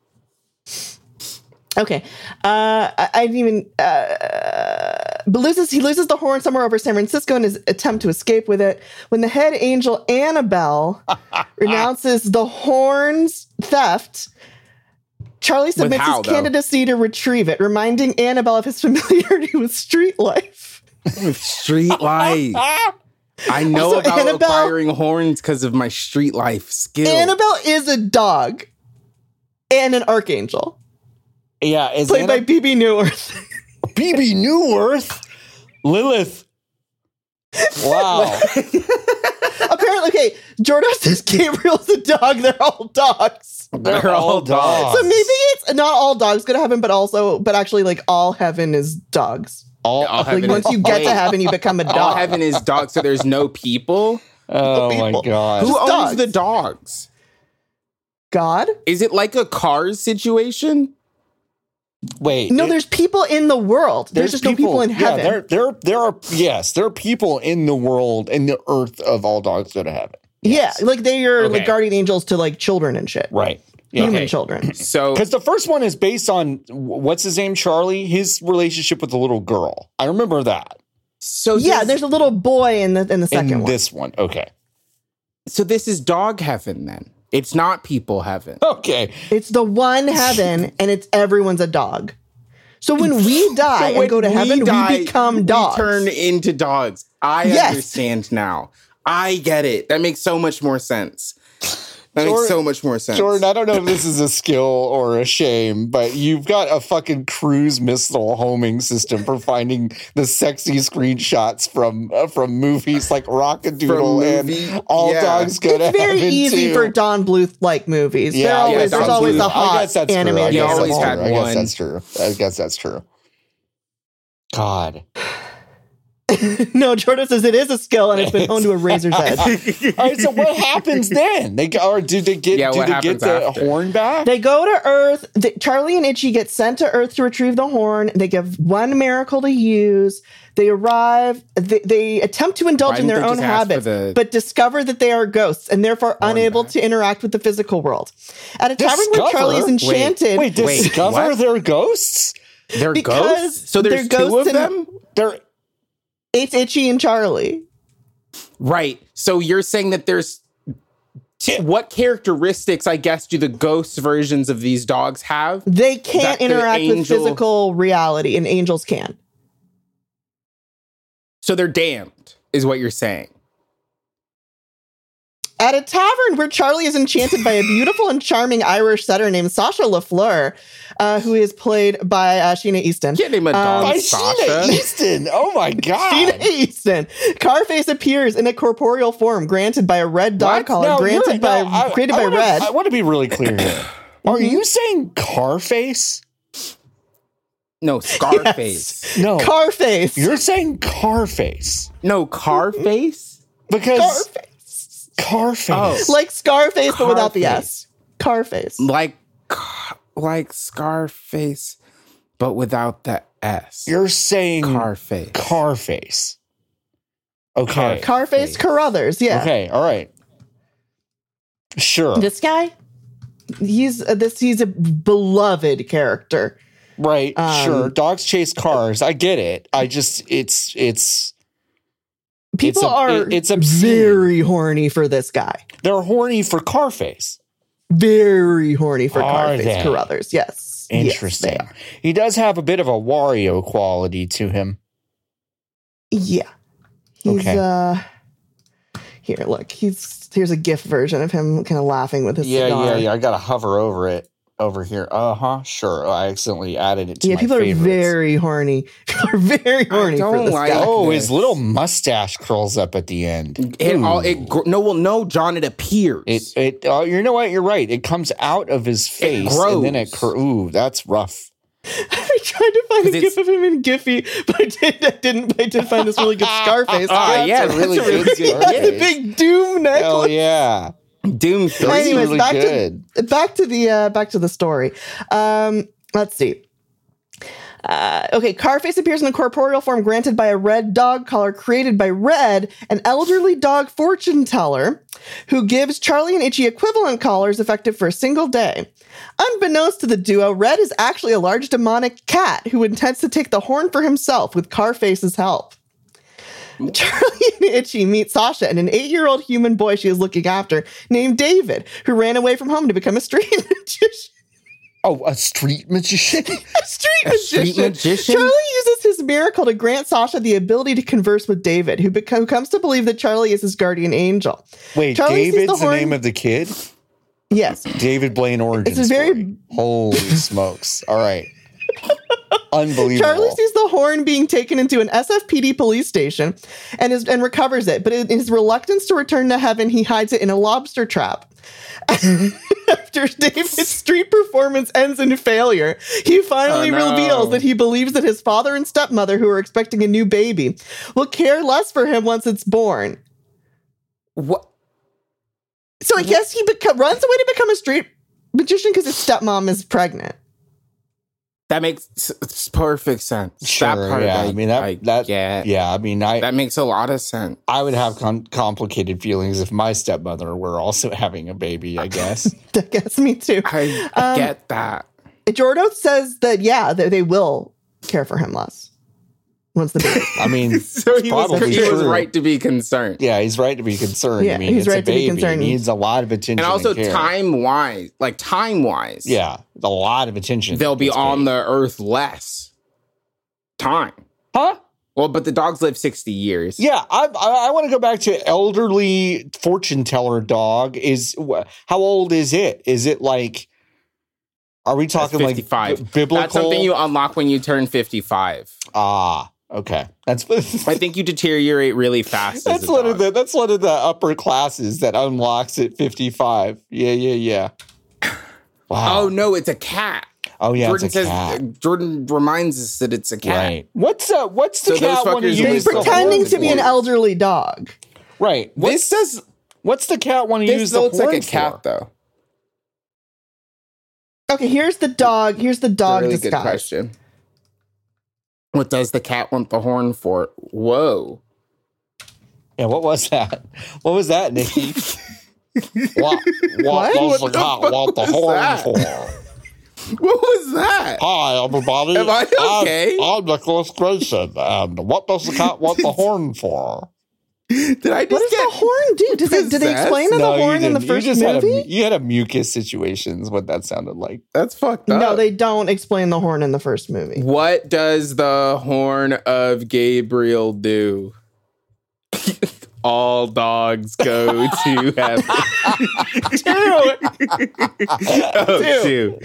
Speaker 3: okay uh i, I didn't even uh but loses he loses the horn somewhere over San Francisco in his attempt to escape with it. When the head angel Annabelle renounces the horn's theft, Charlie submits
Speaker 2: how,
Speaker 3: his
Speaker 2: though?
Speaker 3: candidacy to retrieve it, reminding Annabelle of his familiarity with street life.
Speaker 2: With street life.
Speaker 1: Ah!
Speaker 2: I know
Speaker 3: Also,
Speaker 2: about
Speaker 3: Annabelle-
Speaker 2: acquiring horns because of my street life skill.
Speaker 3: Annabelle is a dog and an archangel,
Speaker 1: Yeah, is
Speaker 3: played
Speaker 1: Anna-
Speaker 3: by BB Newirth.
Speaker 1: BB Newworth, Lilith. Wow.
Speaker 3: Apparently, okay, Jordan says Gabriel's a dog. They're all dogs.
Speaker 2: They're, all dogs.
Speaker 3: So maybe it's not all dogs go to heaven, but also, but actually, like all heaven is dogs.
Speaker 1: All,
Speaker 2: All
Speaker 3: Like
Speaker 2: heaven
Speaker 3: once
Speaker 2: is-
Speaker 3: you get to
Speaker 2: wait,
Speaker 3: heaven, you become a
Speaker 2: all
Speaker 3: dog.
Speaker 2: heaven is dogs, so there's no people.
Speaker 1: oh my
Speaker 3: people.
Speaker 1: god.
Speaker 2: Who
Speaker 3: Just
Speaker 2: owns
Speaker 3: dogs.
Speaker 2: the dogs?
Speaker 3: God?
Speaker 2: Is it like a cars situation?
Speaker 1: Wait.
Speaker 3: No,
Speaker 1: it-
Speaker 3: there's people in the world. There's, just no people in
Speaker 1: Yeah,
Speaker 3: heaven.
Speaker 1: there, there, there are yes, there are people in the world in the earth of all dogs go to heaven. Yes.
Speaker 3: Yeah, like they are like
Speaker 2: Okay.
Speaker 3: guardian angels to like children and shit.
Speaker 1: Right. Yeah.
Speaker 3: Human
Speaker 2: Okay.
Speaker 3: children.
Speaker 2: So
Speaker 1: Because the first one is based on what's his name, Charlie, his relationship with the little girl. I remember that
Speaker 2: so
Speaker 3: yeah,
Speaker 2: this-
Speaker 3: there's a little boy in the in the second
Speaker 1: in
Speaker 3: one.
Speaker 1: this one. Okay.
Speaker 2: so this is dog heaven then. It's not people heaven.
Speaker 1: Okay.
Speaker 3: It's the one heaven, and it's everyone's a dog. So when we die
Speaker 2: when
Speaker 3: and go to
Speaker 2: we
Speaker 3: heaven,
Speaker 2: die,
Speaker 3: we become dogs.
Speaker 2: We turn into dogs. I
Speaker 3: Yes.
Speaker 2: understand now. I get it. That makes so much more sense. That
Speaker 1: Jordan-
Speaker 2: makes so much more sense.
Speaker 1: Jordan, I don't know if this is a skill or a shame, but you've got a fucking cruise missile homing system for finding the sexy screenshots from uh, from movies like Rockadoodle
Speaker 2: From movie-
Speaker 1: and All
Speaker 2: yeah.
Speaker 1: Dogs Go to
Speaker 3: it's very
Speaker 1: Heaven
Speaker 3: easy
Speaker 1: too.
Speaker 3: for Don Bluth like movies. They're
Speaker 1: Yeah, I
Speaker 3: always,
Speaker 1: guess
Speaker 3: there's
Speaker 1: that's
Speaker 3: always
Speaker 1: true.
Speaker 3: a
Speaker 1: I
Speaker 2: Bluth.
Speaker 3: hot
Speaker 1: guess that's
Speaker 3: anime.
Speaker 1: True. I
Speaker 2: You
Speaker 1: guess
Speaker 2: always
Speaker 1: that's
Speaker 2: had
Speaker 1: true. I guess
Speaker 2: one.
Speaker 1: that's true. I guess that's true. God.
Speaker 3: no, Jordan says it is a skill, and it's been honed to a razor's edge.
Speaker 1: All right, so what happens then? They or do they get
Speaker 2: Yeah,
Speaker 1: do
Speaker 2: what
Speaker 1: they get
Speaker 2: happens
Speaker 1: the
Speaker 2: after?
Speaker 1: horn back?
Speaker 3: They go to Earth. The, Charlie and Itchy get sent to Earth to retrieve the horn. They give one miracle to use. They arrive. They, they attempt to indulge
Speaker 2: Why
Speaker 3: in
Speaker 2: didn't
Speaker 3: their
Speaker 2: they
Speaker 3: own
Speaker 2: just ask for
Speaker 3: habits,
Speaker 2: the-
Speaker 3: but discover that they are ghosts and therefore unable to interact with the physical world. At a tavern where
Speaker 1: Discover?
Speaker 3: Charlie is
Speaker 1: Wait,
Speaker 3: enchanted,
Speaker 1: Wait,
Speaker 2: Wait,
Speaker 1: discover
Speaker 2: what?
Speaker 1: their ghosts?
Speaker 2: They're
Speaker 3: Because
Speaker 2: ghosts. So
Speaker 3: they're
Speaker 2: there's two
Speaker 3: ghosts
Speaker 2: of
Speaker 3: and-
Speaker 2: them.
Speaker 3: Um,
Speaker 1: They're
Speaker 3: it's Itchy and Charlie.
Speaker 2: Right. So you're saying that there's t- what characteristics, I guess, do the ghost versions of these dogs have?
Speaker 3: They
Speaker 2: That
Speaker 3: can't
Speaker 2: the
Speaker 3: interact with
Speaker 2: angel-
Speaker 3: physical reality, and angels can.
Speaker 2: So they're damned, is what you're saying.
Speaker 3: At a tavern where Charlie is enchanted by a beautiful and charming Irish setter named Sasha LaFleur, uh, who is played by uh, Sheena Easton.
Speaker 2: Get him a
Speaker 3: Um,
Speaker 2: dog,
Speaker 1: by Sheena
Speaker 2: Sasha.
Speaker 1: Easton. Oh my
Speaker 3: Sheena
Speaker 1: god.
Speaker 3: Easton. Carface appears in a corporeal form granted by a red dog
Speaker 1: What?
Speaker 3: collar,
Speaker 1: No,
Speaker 3: granted
Speaker 1: you're-
Speaker 3: by
Speaker 1: no, I-
Speaker 3: created
Speaker 1: I
Speaker 3: by
Speaker 1: wanna-
Speaker 3: red.
Speaker 1: I want to be really clear here. Are
Speaker 3: Mhm.
Speaker 1: you saying Carface?
Speaker 2: No, Scarface.
Speaker 1: No.
Speaker 3: Carface.
Speaker 1: you're saying Carface.
Speaker 2: No, Carface.
Speaker 1: Because
Speaker 3: Carface.
Speaker 1: Carface.
Speaker 3: Like Scarface, but without the
Speaker 2: Carface.
Speaker 3: S. Carface.
Speaker 2: Like, Ca- like Scarface, but without the S.
Speaker 1: You're saying
Speaker 2: Carface.
Speaker 1: Carface. Okay.
Speaker 3: Carface Carruthers. Yeah.
Speaker 1: Okay. All right. Sure.
Speaker 3: This guy. He's uh, this. He's a beloved character.
Speaker 1: right.
Speaker 3: um,
Speaker 1: sure. Dogs chase cars. I get it. I just it's it's It's
Speaker 3: People
Speaker 1: a-
Speaker 3: are
Speaker 1: it- it's obscene.
Speaker 3: very horny for this guy.
Speaker 1: they're horny for Carface.
Speaker 3: Very horny for
Speaker 1: Are
Speaker 3: Carface
Speaker 1: they?
Speaker 3: Carruthers. Yes. Yes, they
Speaker 1: Interesting.
Speaker 3: are.
Speaker 1: he does have a bit of a Wario quality to him.
Speaker 3: Yeah. He's
Speaker 1: Okay.
Speaker 3: uh here, look, he's here's a GIF version of him kind of laughing with his
Speaker 1: Yeah,
Speaker 3: cigar.
Speaker 1: yeah, yeah. I gotta hover over it over here. Uh huh. Sure. I accidentally added it to
Speaker 3: Yeah,
Speaker 1: my
Speaker 3: people
Speaker 1: favorites.
Speaker 3: are very horny. People are very horny for
Speaker 2: don't
Speaker 3: this
Speaker 2: like-
Speaker 3: guy.
Speaker 1: Oh,
Speaker 2: Yes.
Speaker 1: his little mustache curls up at the end.
Speaker 2: It all
Speaker 1: Ooh.
Speaker 2: it gr- no well no John it appears
Speaker 1: It it oh, you know what you're right. It comes out of his face and then it
Speaker 2: grows.
Speaker 1: cur- ooh that's rough.
Speaker 3: I tried to find a
Speaker 2: 'Cause it's-
Speaker 3: GIF of him in Giphy, but I, did, I didn't. But I did find this really good Scarface.
Speaker 1: Oh,
Speaker 2: Ah,
Speaker 3: gif.
Speaker 2: yeah,
Speaker 1: That's a really
Speaker 2: that's a
Speaker 1: good.
Speaker 3: he has a
Speaker 1: Scarface.
Speaker 3: big doom necklace.
Speaker 1: Hell yeah,
Speaker 2: Doom
Speaker 1: That's
Speaker 2: three.
Speaker 3: Anyways,
Speaker 1: really
Speaker 3: back to-
Speaker 1: good.
Speaker 3: back to the uh, back to the story. Um, let's see. Uh, okay, Carface appears in the corporeal form granted by a red dog collar created by Red, an elderly dog fortune teller who gives Charlie and Itchy equivalent collars effective for a single day. Unbeknownst to the duo, Red is actually a large demonic cat who intends to take the horn for himself with Carface's help. Charlie and Itchy meet Sasha and an eight year old human boy she is looking after named David, who ran away from home to become a street magician.
Speaker 1: Oh, a street magician?
Speaker 3: A street magician.
Speaker 2: Street magician?
Speaker 3: Charlie uses his miracle to grant Sasha the ability to converse with David, who, beco- who comes to believe that Charlie is his guardian angel.
Speaker 1: Wait,
Speaker 3: Charlie sees the
Speaker 1: David's the,
Speaker 3: horn-
Speaker 1: name of the kid?
Speaker 3: Yes.
Speaker 1: David Blaine origin
Speaker 3: It's a very-
Speaker 1: story. Holy smokes. All right. Unbelievable.
Speaker 3: Charlie sees the horn being taken into an SFPD police station and is and recovers it, but in his reluctance to return to heaven, he hides it in a lobster trap. After David's street performance ends in failure, he finally
Speaker 2: Oh, no.
Speaker 3: reveals that he believes that his father and stepmother, who are expecting a new baby, will care less for him once it's born.
Speaker 2: What?
Speaker 3: So I guess he beco- runs away to become a street magician because his stepmom is pregnant.
Speaker 2: That makes s- s- perfect sense.
Speaker 1: Sure,
Speaker 2: that part,
Speaker 1: yeah. I, mean, that, that,
Speaker 2: yeah,
Speaker 1: yeah, I mean, I,
Speaker 2: that makes a lot of sense.
Speaker 1: I would have com- complicated feelings if my stepmother were also having a baby, I guess.
Speaker 3: I guess me too.
Speaker 2: I
Speaker 3: Um,
Speaker 2: get that.
Speaker 3: Jordo says that yeah, they, they will care for him less once the baby.
Speaker 1: I mean,
Speaker 2: So he was,
Speaker 1: probably
Speaker 2: he was
Speaker 1: true.
Speaker 2: right to be concerned.
Speaker 1: yeah, he's right to be concerned. I
Speaker 3: Yeah,
Speaker 1: mean,
Speaker 3: he's
Speaker 1: it's a
Speaker 3: right to be
Speaker 1: baby.
Speaker 3: concerned.
Speaker 1: He needs a lot of attention.
Speaker 2: And also
Speaker 1: care.
Speaker 2: time wise, like time wise,
Speaker 1: Yeah, a lot of attention.
Speaker 2: they'll be
Speaker 1: It's
Speaker 2: on
Speaker 1: great.
Speaker 2: the earth less time.
Speaker 1: Huh?
Speaker 2: Well, but the dogs live 60 years.
Speaker 1: Yeah, I, I, I want to go back to elderly fortune teller dog. Is wh- how old is it? Is it like? Are we talking like
Speaker 2: 55.
Speaker 1: bi- biblical?
Speaker 2: That's something you unlock when you turn 55.
Speaker 1: ah okay. That's
Speaker 2: I think you deteriorate really fast. as
Speaker 1: that's
Speaker 2: a
Speaker 1: one of
Speaker 2: dog.
Speaker 1: the that's one of the upper classes that unlocks at fifty five. Yeah, yeah, yeah. Wow.
Speaker 2: Oh no, it's a cat.
Speaker 1: Oh yeah,
Speaker 2: Jordan
Speaker 1: it's a
Speaker 2: says
Speaker 1: cat.
Speaker 2: Jordan reminds us that it's a cat.
Speaker 1: Right. What's uh what's the
Speaker 2: So those
Speaker 1: cat one who
Speaker 2: fuckers
Speaker 1: uses
Speaker 3: He's
Speaker 2: use
Speaker 1: the
Speaker 3: pretending
Speaker 1: horn
Speaker 3: to be an
Speaker 1: for?
Speaker 3: elderly dog.
Speaker 1: Right. What's,
Speaker 2: This does
Speaker 1: what's the cat one who
Speaker 2: this
Speaker 1: uses the
Speaker 2: looks
Speaker 1: horn
Speaker 2: like a cat
Speaker 1: for?
Speaker 2: though.
Speaker 3: Okay, here's the dog. Here's the
Speaker 2: It's a
Speaker 3: dog
Speaker 2: really good
Speaker 3: disguise.
Speaker 2: question. What does the cat want the horn for? Whoa.
Speaker 1: Yeah, what was that? What was that, Nikki? what what,
Speaker 3: What?
Speaker 1: does
Speaker 2: What
Speaker 1: the
Speaker 2: the
Speaker 1: cat
Speaker 2: fuck
Speaker 1: want the
Speaker 2: was
Speaker 1: horn
Speaker 2: that?
Speaker 1: for?
Speaker 2: What was that?
Speaker 1: Hi, everybody.
Speaker 2: Am I
Speaker 1: I'm-
Speaker 2: okay?
Speaker 1: I'm, Nicholas Grayson, and what does the cat want the horn for?
Speaker 2: Did I
Speaker 3: What
Speaker 2: just
Speaker 3: does
Speaker 2: get
Speaker 3: the horn do? Does it, did they
Speaker 2: possessed?
Speaker 3: explain the
Speaker 1: you
Speaker 3: horn in the
Speaker 1: didn't. You
Speaker 3: first
Speaker 1: just had a-
Speaker 3: movie?
Speaker 1: you had a mucus situation, is what that sounded like.
Speaker 2: That's fucked up.
Speaker 3: No, they don't explain the horn in the first movie.
Speaker 2: What does the horn of Gabriel do? All dogs go to heaven. Oh, two.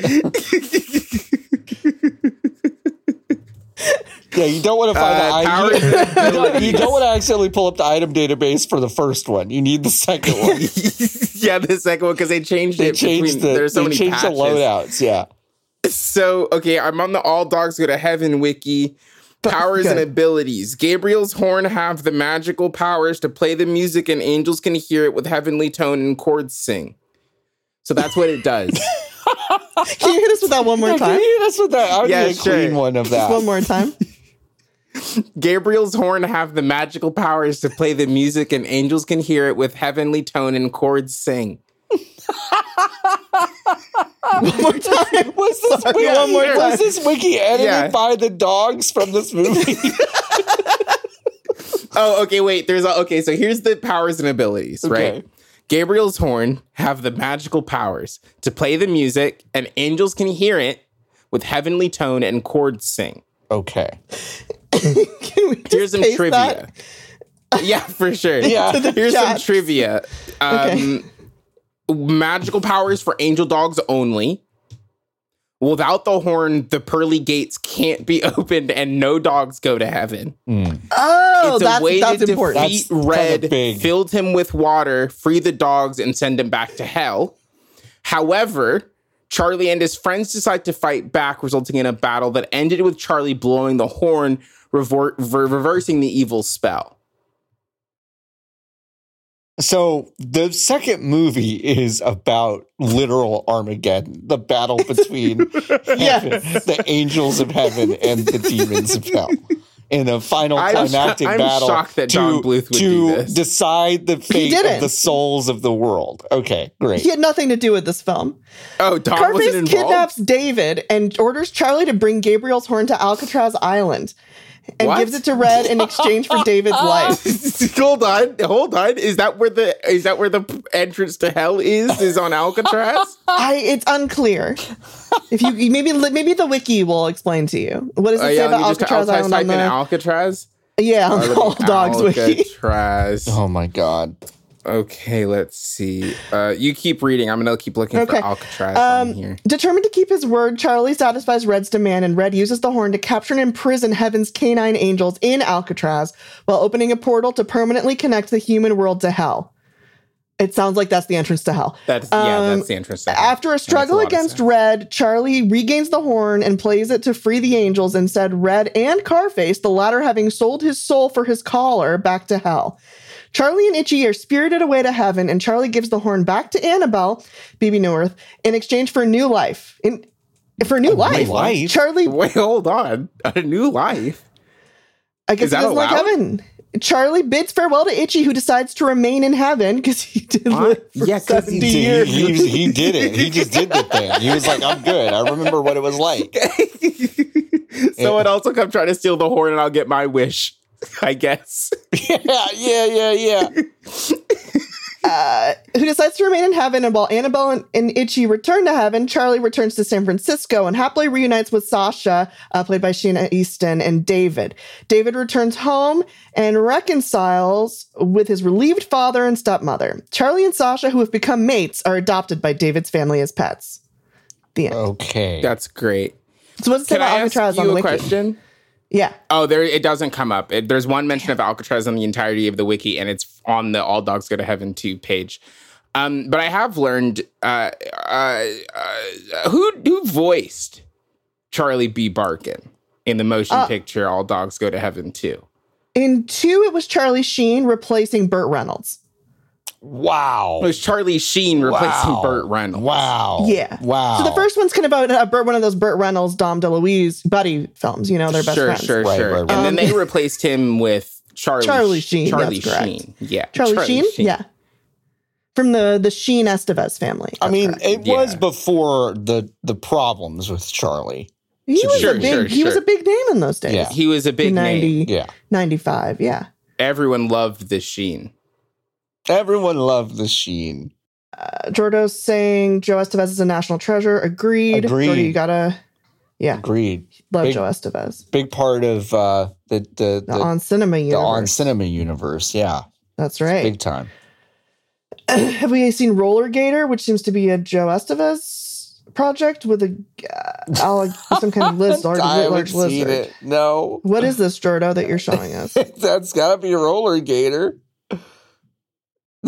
Speaker 1: Yeah, you don't want to find
Speaker 2: Uh,
Speaker 1: the
Speaker 2: power
Speaker 1: item. You don't, you don't want to accidentally pull up the item database for the first one. You need the second one.
Speaker 2: yeah, the second one because they changed
Speaker 1: They
Speaker 2: it.
Speaker 1: changed
Speaker 2: between,
Speaker 1: the
Speaker 2: there's so
Speaker 1: they
Speaker 2: many
Speaker 1: changed
Speaker 2: patches.
Speaker 1: the loadouts. Yeah,
Speaker 2: So okay, I'm on the All Dogs Go to Heaven wiki. Powers and
Speaker 3: Good.
Speaker 2: abilities. Gabriel's horn have the magical powers to play the music, and angels can hear it with heavenly tone and chords sing. So that's what it does.
Speaker 3: Can you hit us with that one more
Speaker 1: Yeah, can
Speaker 3: time?
Speaker 1: you- that's what that. I would
Speaker 2: Yeah,
Speaker 1: need a clean
Speaker 2: sure.
Speaker 1: one of that.
Speaker 3: Just one more time.
Speaker 2: Gabriel's horn have the magical powers to play the music, and angels can hear it with heavenly tone and chords sing.
Speaker 3: One more time.
Speaker 1: Was this wiki,
Speaker 2: yeah, one more
Speaker 1: was
Speaker 2: time.
Speaker 1: this wiki edited
Speaker 2: Yeah.
Speaker 1: by the dogs from this movie?
Speaker 2: Oh, okay, wait. There's a, okay. So here's the powers and abilities,
Speaker 1: Okay.
Speaker 2: right? Gabriel's horn have the magical powers to play the music, and angels can hear it with heavenly tone and chords sing.
Speaker 1: okay.
Speaker 3: Can we just
Speaker 2: Here's some
Speaker 3: paste
Speaker 2: trivia.
Speaker 3: that?
Speaker 2: Yeah, for sure.
Speaker 1: Yeah. To the
Speaker 2: Here's some
Speaker 3: chat.
Speaker 2: trivia. Um, Magical powers for angel dogs only. Without the horn, the pearly gates can't be opened, and no dogs go to heaven.
Speaker 3: Oh,
Speaker 2: it's
Speaker 3: that's,
Speaker 2: a way
Speaker 3: that's
Speaker 2: to
Speaker 3: important.
Speaker 2: defeat
Speaker 1: That's kinda
Speaker 2: Red,
Speaker 1: big.
Speaker 2: filled him with water, free the dogs, and send him back to hell. However, Charlie and his friends decide to fight back, resulting in a battle that ended with Charlie blowing the horn, revor- ver- reversing the evil spell.
Speaker 1: So the second movie is about literal Armageddon, the battle between heaven, the angels of heaven and the demons of hell. In a final
Speaker 2: I'm sho-
Speaker 1: climactic
Speaker 2: I'm
Speaker 1: battle
Speaker 2: shocked that
Speaker 1: to,
Speaker 2: Don Bluth would
Speaker 1: to
Speaker 2: do this.
Speaker 1: decide the fate of
Speaker 3: didn't.
Speaker 1: the souls of the world. Okay, great.
Speaker 3: He had nothing to do with this film.
Speaker 2: Oh, Don wasn't
Speaker 3: Carface
Speaker 2: involved.
Speaker 3: kidnaps David and orders Charlie to bring Gabriel's horn to Alcatraz Island and
Speaker 2: What?
Speaker 3: gives it to Red in exchange for David's life.
Speaker 2: hold on, hold on. Is that where the is that where the entrance to hell is? Is on Alcatraz?
Speaker 3: I it's unclear. If you maybe maybe the wiki will explain to you. What does it
Speaker 2: Oh,
Speaker 3: say
Speaker 2: yeah, let
Speaker 3: about
Speaker 2: me just-
Speaker 3: Alcatraz
Speaker 2: I'll
Speaker 3: Island
Speaker 2: type
Speaker 3: on
Speaker 2: in
Speaker 3: the
Speaker 2: Alcatraz.
Speaker 3: Yeah, on the old dog's wiki.
Speaker 2: Alcatraz.
Speaker 1: Oh my god.
Speaker 2: Okay, let's see. Uh, you keep reading. I'm gonna keep looking
Speaker 3: Okay.
Speaker 2: for Alcatraz on
Speaker 3: Um,
Speaker 2: here.
Speaker 3: determined to keep his word, Charlie satisfies Red's demand, and Red uses the horn to capture and imprison Heaven's canine angels in Alcatraz while opening a portal to permanently connect the human world to hell. It sounds like that's the entrance to hell.
Speaker 2: That's yeah,
Speaker 3: um,
Speaker 2: that's the entrance. to hell.
Speaker 3: After a
Speaker 2: That makes
Speaker 3: struggle
Speaker 2: lot of
Speaker 3: against
Speaker 2: sense.
Speaker 3: Red, Charlie regains the horn and plays it to free the angels. Instead, Red and Carface, the latter having sold his soul for his collar, back to hell. Charlie and Itchy are spirited away to heaven, and Charlie gives the horn back to Annabelle, Bibi North, in exchange for new life. In for
Speaker 2: Oh,
Speaker 3: new life.
Speaker 1: life?
Speaker 3: Charlie,
Speaker 2: Wait, hold on. A new life.
Speaker 3: I guess
Speaker 2: Is
Speaker 3: he
Speaker 2: that
Speaker 3: doesn't like
Speaker 2: allowed?
Speaker 3: heaven. Charlie bids farewell to Itchy, who decides to remain in heaven because he did live for
Speaker 2: Yeah, 'cause he
Speaker 3: 70
Speaker 1: He,
Speaker 3: years.
Speaker 1: he, was- he did it. He just did the thing. He was like, I'm good. I remember what it was like.
Speaker 2: Someone else will come try to steal the horn, and I'll get my wish. I guess.
Speaker 1: Yeah, yeah, yeah, yeah.
Speaker 3: who decides to remain in heaven. And while Annabelle and, and Itchy return to heaven, Charlie returns to San Francisco and happily reunites with Sasha, uh, played by Sheena Easton, and David. David returns home and reconciles with his relieved father and stepmother. Charlie and Sasha, who have become mates, are adopted by David's family as pets. The
Speaker 1: Oh.
Speaker 3: end.
Speaker 1: Okay.
Speaker 2: That's great.
Speaker 3: so what's it say
Speaker 2: Can
Speaker 3: about
Speaker 2: I ask
Speaker 3: Alcatraz on
Speaker 2: you
Speaker 3: the
Speaker 2: a
Speaker 3: wiki?
Speaker 2: question?
Speaker 3: Yeah.
Speaker 2: Oh, there it doesn't come up. It, there's one mention of Alcatraz on the entirety of the wiki, and it's on the All Dogs Go to Heaven 2 page. Um, but I have learned uh, uh, uh, who who voiced Charlie B. Barkin in the motion
Speaker 3: Uh.
Speaker 2: picture All Dogs Go to Heaven 2.
Speaker 3: In two, it was Charlie Sheen replacing Burt Reynolds.
Speaker 1: wow.
Speaker 2: It was Charlie Sheen replacing
Speaker 1: Wow.
Speaker 2: Burt Reynolds.
Speaker 1: Wow.
Speaker 3: Yeah.
Speaker 1: Wow.
Speaker 3: So the first one's kind of about uh, Burt, one of those Burt Reynolds, Dom DeLuise buddy films. You know, they're best
Speaker 2: sure,
Speaker 3: friends. Um,
Speaker 2: sure,
Speaker 1: Right,
Speaker 2: sure.
Speaker 1: right, right.
Speaker 2: And then they replaced him with Charlie
Speaker 3: Charlie Sheen,
Speaker 2: Charlie
Speaker 3: that's correct.
Speaker 2: Sheen. Yeah.
Speaker 3: Charlie, Sheen? Yeah. From the the Sheen Estevez family.
Speaker 1: I mean, it was
Speaker 2: Yeah.
Speaker 1: before the the problems with Charlie.
Speaker 3: he was
Speaker 2: Sure,
Speaker 3: a big
Speaker 2: sure,
Speaker 3: he was
Speaker 2: sure.
Speaker 3: a big name in those days.
Speaker 1: Yeah.
Speaker 2: He was a big name.
Speaker 3: 90,
Speaker 1: Yeah.
Speaker 3: 95, yeah.
Speaker 2: Everyone loved the Sheen.
Speaker 1: Everyone loved the Sheen.
Speaker 3: Uh, Jordo's saying Joe Estevez is a national treasure. Agreed.
Speaker 1: Agreed.
Speaker 3: Jordo, you gotta yeah,
Speaker 1: Agreed.
Speaker 3: love
Speaker 1: Big-
Speaker 3: Joe Estevez.
Speaker 1: Big part of uh, the the
Speaker 3: The,
Speaker 1: the,
Speaker 3: on cinema
Speaker 1: the on
Speaker 3: universe.
Speaker 1: cinema universe. Yeah.
Speaker 3: That's right.
Speaker 1: Big time.
Speaker 3: Have we seen Roller Gator, which seems to be a Joe Estevez project with a uh, alleg- some kind of lizard,
Speaker 1: I haven't
Speaker 3: large
Speaker 1: seen
Speaker 3: lizard?
Speaker 1: it. No.
Speaker 3: What is this, Jordo, that you're showing us?
Speaker 1: That's gotta be roller gator.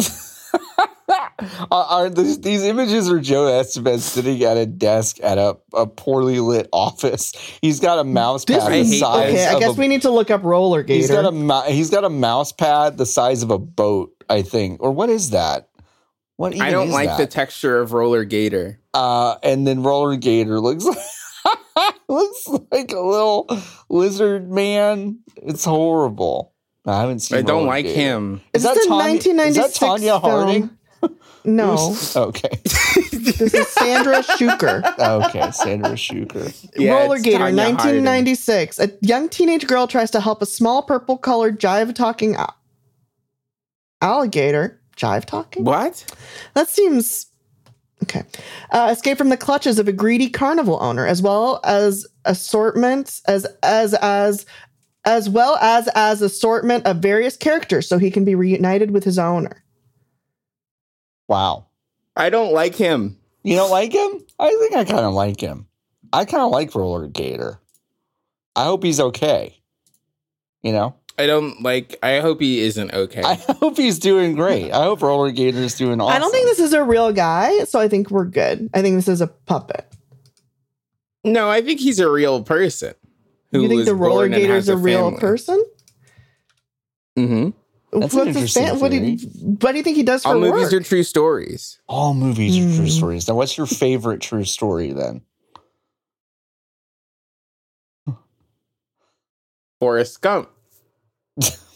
Speaker 1: are, are these, these images are Joe Estevez sitting at a desk at a, a poorly lit office? He's got a mouse
Speaker 3: This
Speaker 1: pad
Speaker 2: I
Speaker 1: the
Speaker 2: hate this.
Speaker 1: size
Speaker 3: Okay, I
Speaker 1: of
Speaker 3: guess
Speaker 1: a,
Speaker 3: we need to look up roller gator.
Speaker 1: he's got a mou- he's got a mouse pad the size of a boat, I think. Or what is that? What even
Speaker 2: I don't
Speaker 1: is
Speaker 2: like the
Speaker 1: that?
Speaker 2: texture of roller gator.
Speaker 1: uh, and then roller gator looks like, looks like a little lizard man. It's horrible. I haven't seen.
Speaker 2: I don't
Speaker 1: Roller
Speaker 2: like
Speaker 1: Gator.
Speaker 2: him.
Speaker 1: Is that
Speaker 3: this is
Speaker 1: Tanya- is that
Speaker 3: 1996
Speaker 1: Tanya Harding?
Speaker 3: film. No,
Speaker 1: Okay.
Speaker 3: this is Sandra Shuker.
Speaker 1: Okay. Sandra Shuker.
Speaker 2: Yeah,
Speaker 3: Roller
Speaker 2: it's
Speaker 3: Gator,
Speaker 2: Tanya Harding.
Speaker 3: 1996. A young teenage girl tries to help a small purple colored jive talking alligator. Jive talking?
Speaker 2: What?
Speaker 3: That seems okay. Uh, escape from the clutches of a greedy carnival owner, as well as assortment as as as as well as as assortment of various characters, so he can be reunited with his owner.
Speaker 1: Wow.
Speaker 2: I don't like him.
Speaker 1: You don't like him? I think I kind of like him. I kind of like Roller Gator. I hope he's okay. You know,
Speaker 2: I don't like. I hope he isn't okay.
Speaker 1: I hope he's doing great. I hope Roller Gator's doing awesome.
Speaker 3: I don't think this is a real guy, so I think we're good. I think this is a puppet.
Speaker 2: no, I think he's a real person.
Speaker 3: you think
Speaker 2: was
Speaker 3: the roller
Speaker 2: born and
Speaker 3: gator's
Speaker 2: has
Speaker 3: a real person?
Speaker 2: hmm
Speaker 3: What
Speaker 1: That's an
Speaker 3: what's his
Speaker 1: interesting
Speaker 3: fan? What do you, what do you think he does for
Speaker 2: All
Speaker 3: work?
Speaker 2: movies are true stories.
Speaker 1: All movies are true
Speaker 3: Mm.
Speaker 1: stories. Now, what's your favorite true story then?
Speaker 2: Forrest Gump.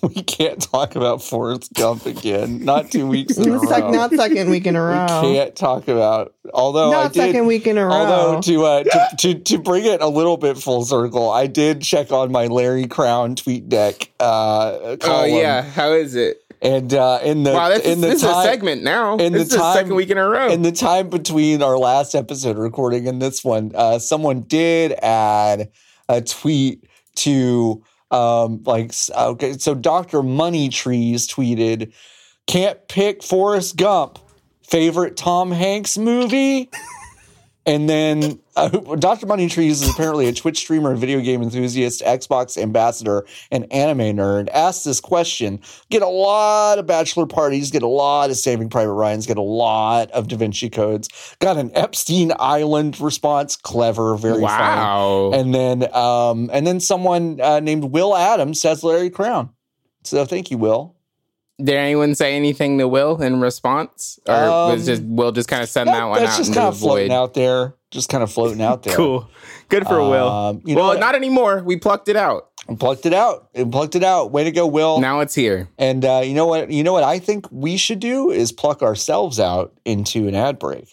Speaker 1: We can't talk about Forrest Gump again. Not two weeks in a row.
Speaker 3: It's like not second week in a
Speaker 1: we
Speaker 3: row.
Speaker 1: can't talk about. Although I
Speaker 3: not
Speaker 1: did.
Speaker 3: second week in a row.
Speaker 1: Although to, uh, to to to bring it a little bit full circle, I did check on my Larry Crown tweet deck uh, column,
Speaker 2: Oh yeah, how is it?
Speaker 1: and uh, in the
Speaker 2: wow, this,
Speaker 1: in
Speaker 2: is,
Speaker 1: the
Speaker 2: this is a
Speaker 1: time,
Speaker 2: segment now.
Speaker 1: in the
Speaker 2: this is the
Speaker 1: time-
Speaker 2: second week in a row.
Speaker 1: in the time between our last episode recording and this one, uh, someone did add a tweet to um, like s- okay, so Doctor Money Trees tweeted, "Can't pick Forrest Gump, favorite Tom Hanks movie." And then uh, Dr. Money Trees is apparently a Twitch streamer, video game enthusiast, Xbox ambassador, and anime nerd. Asked this question, get a lot of bachelor parties, get a lot of Saving Private Ryan's, get a lot of Da Vinci Codes. Got an Epstein Island response, clever, very funny.
Speaker 2: wow.
Speaker 1: And then, um, and then someone uh, named Will Adams says Larry Crown. So thank you, Will.
Speaker 2: Did anyone say anything to Will in response, or was
Speaker 1: Um,
Speaker 2: just Will just kind of send that
Speaker 1: That-
Speaker 2: one
Speaker 1: that's
Speaker 2: out
Speaker 1: just
Speaker 2: into
Speaker 1: kind
Speaker 2: the
Speaker 1: of floating
Speaker 2: void?
Speaker 1: out there. Just kind of floating out there.
Speaker 2: Cool, good for Will.
Speaker 1: Um, you know
Speaker 2: well,
Speaker 1: what?
Speaker 2: not anymore. We plucked it out.
Speaker 1: and plucked it out and plucked it out. Way to go, Will.
Speaker 2: Now it's here.
Speaker 1: and uh, you know what? You know what I think we should do is pluck ourselves out into an ad break.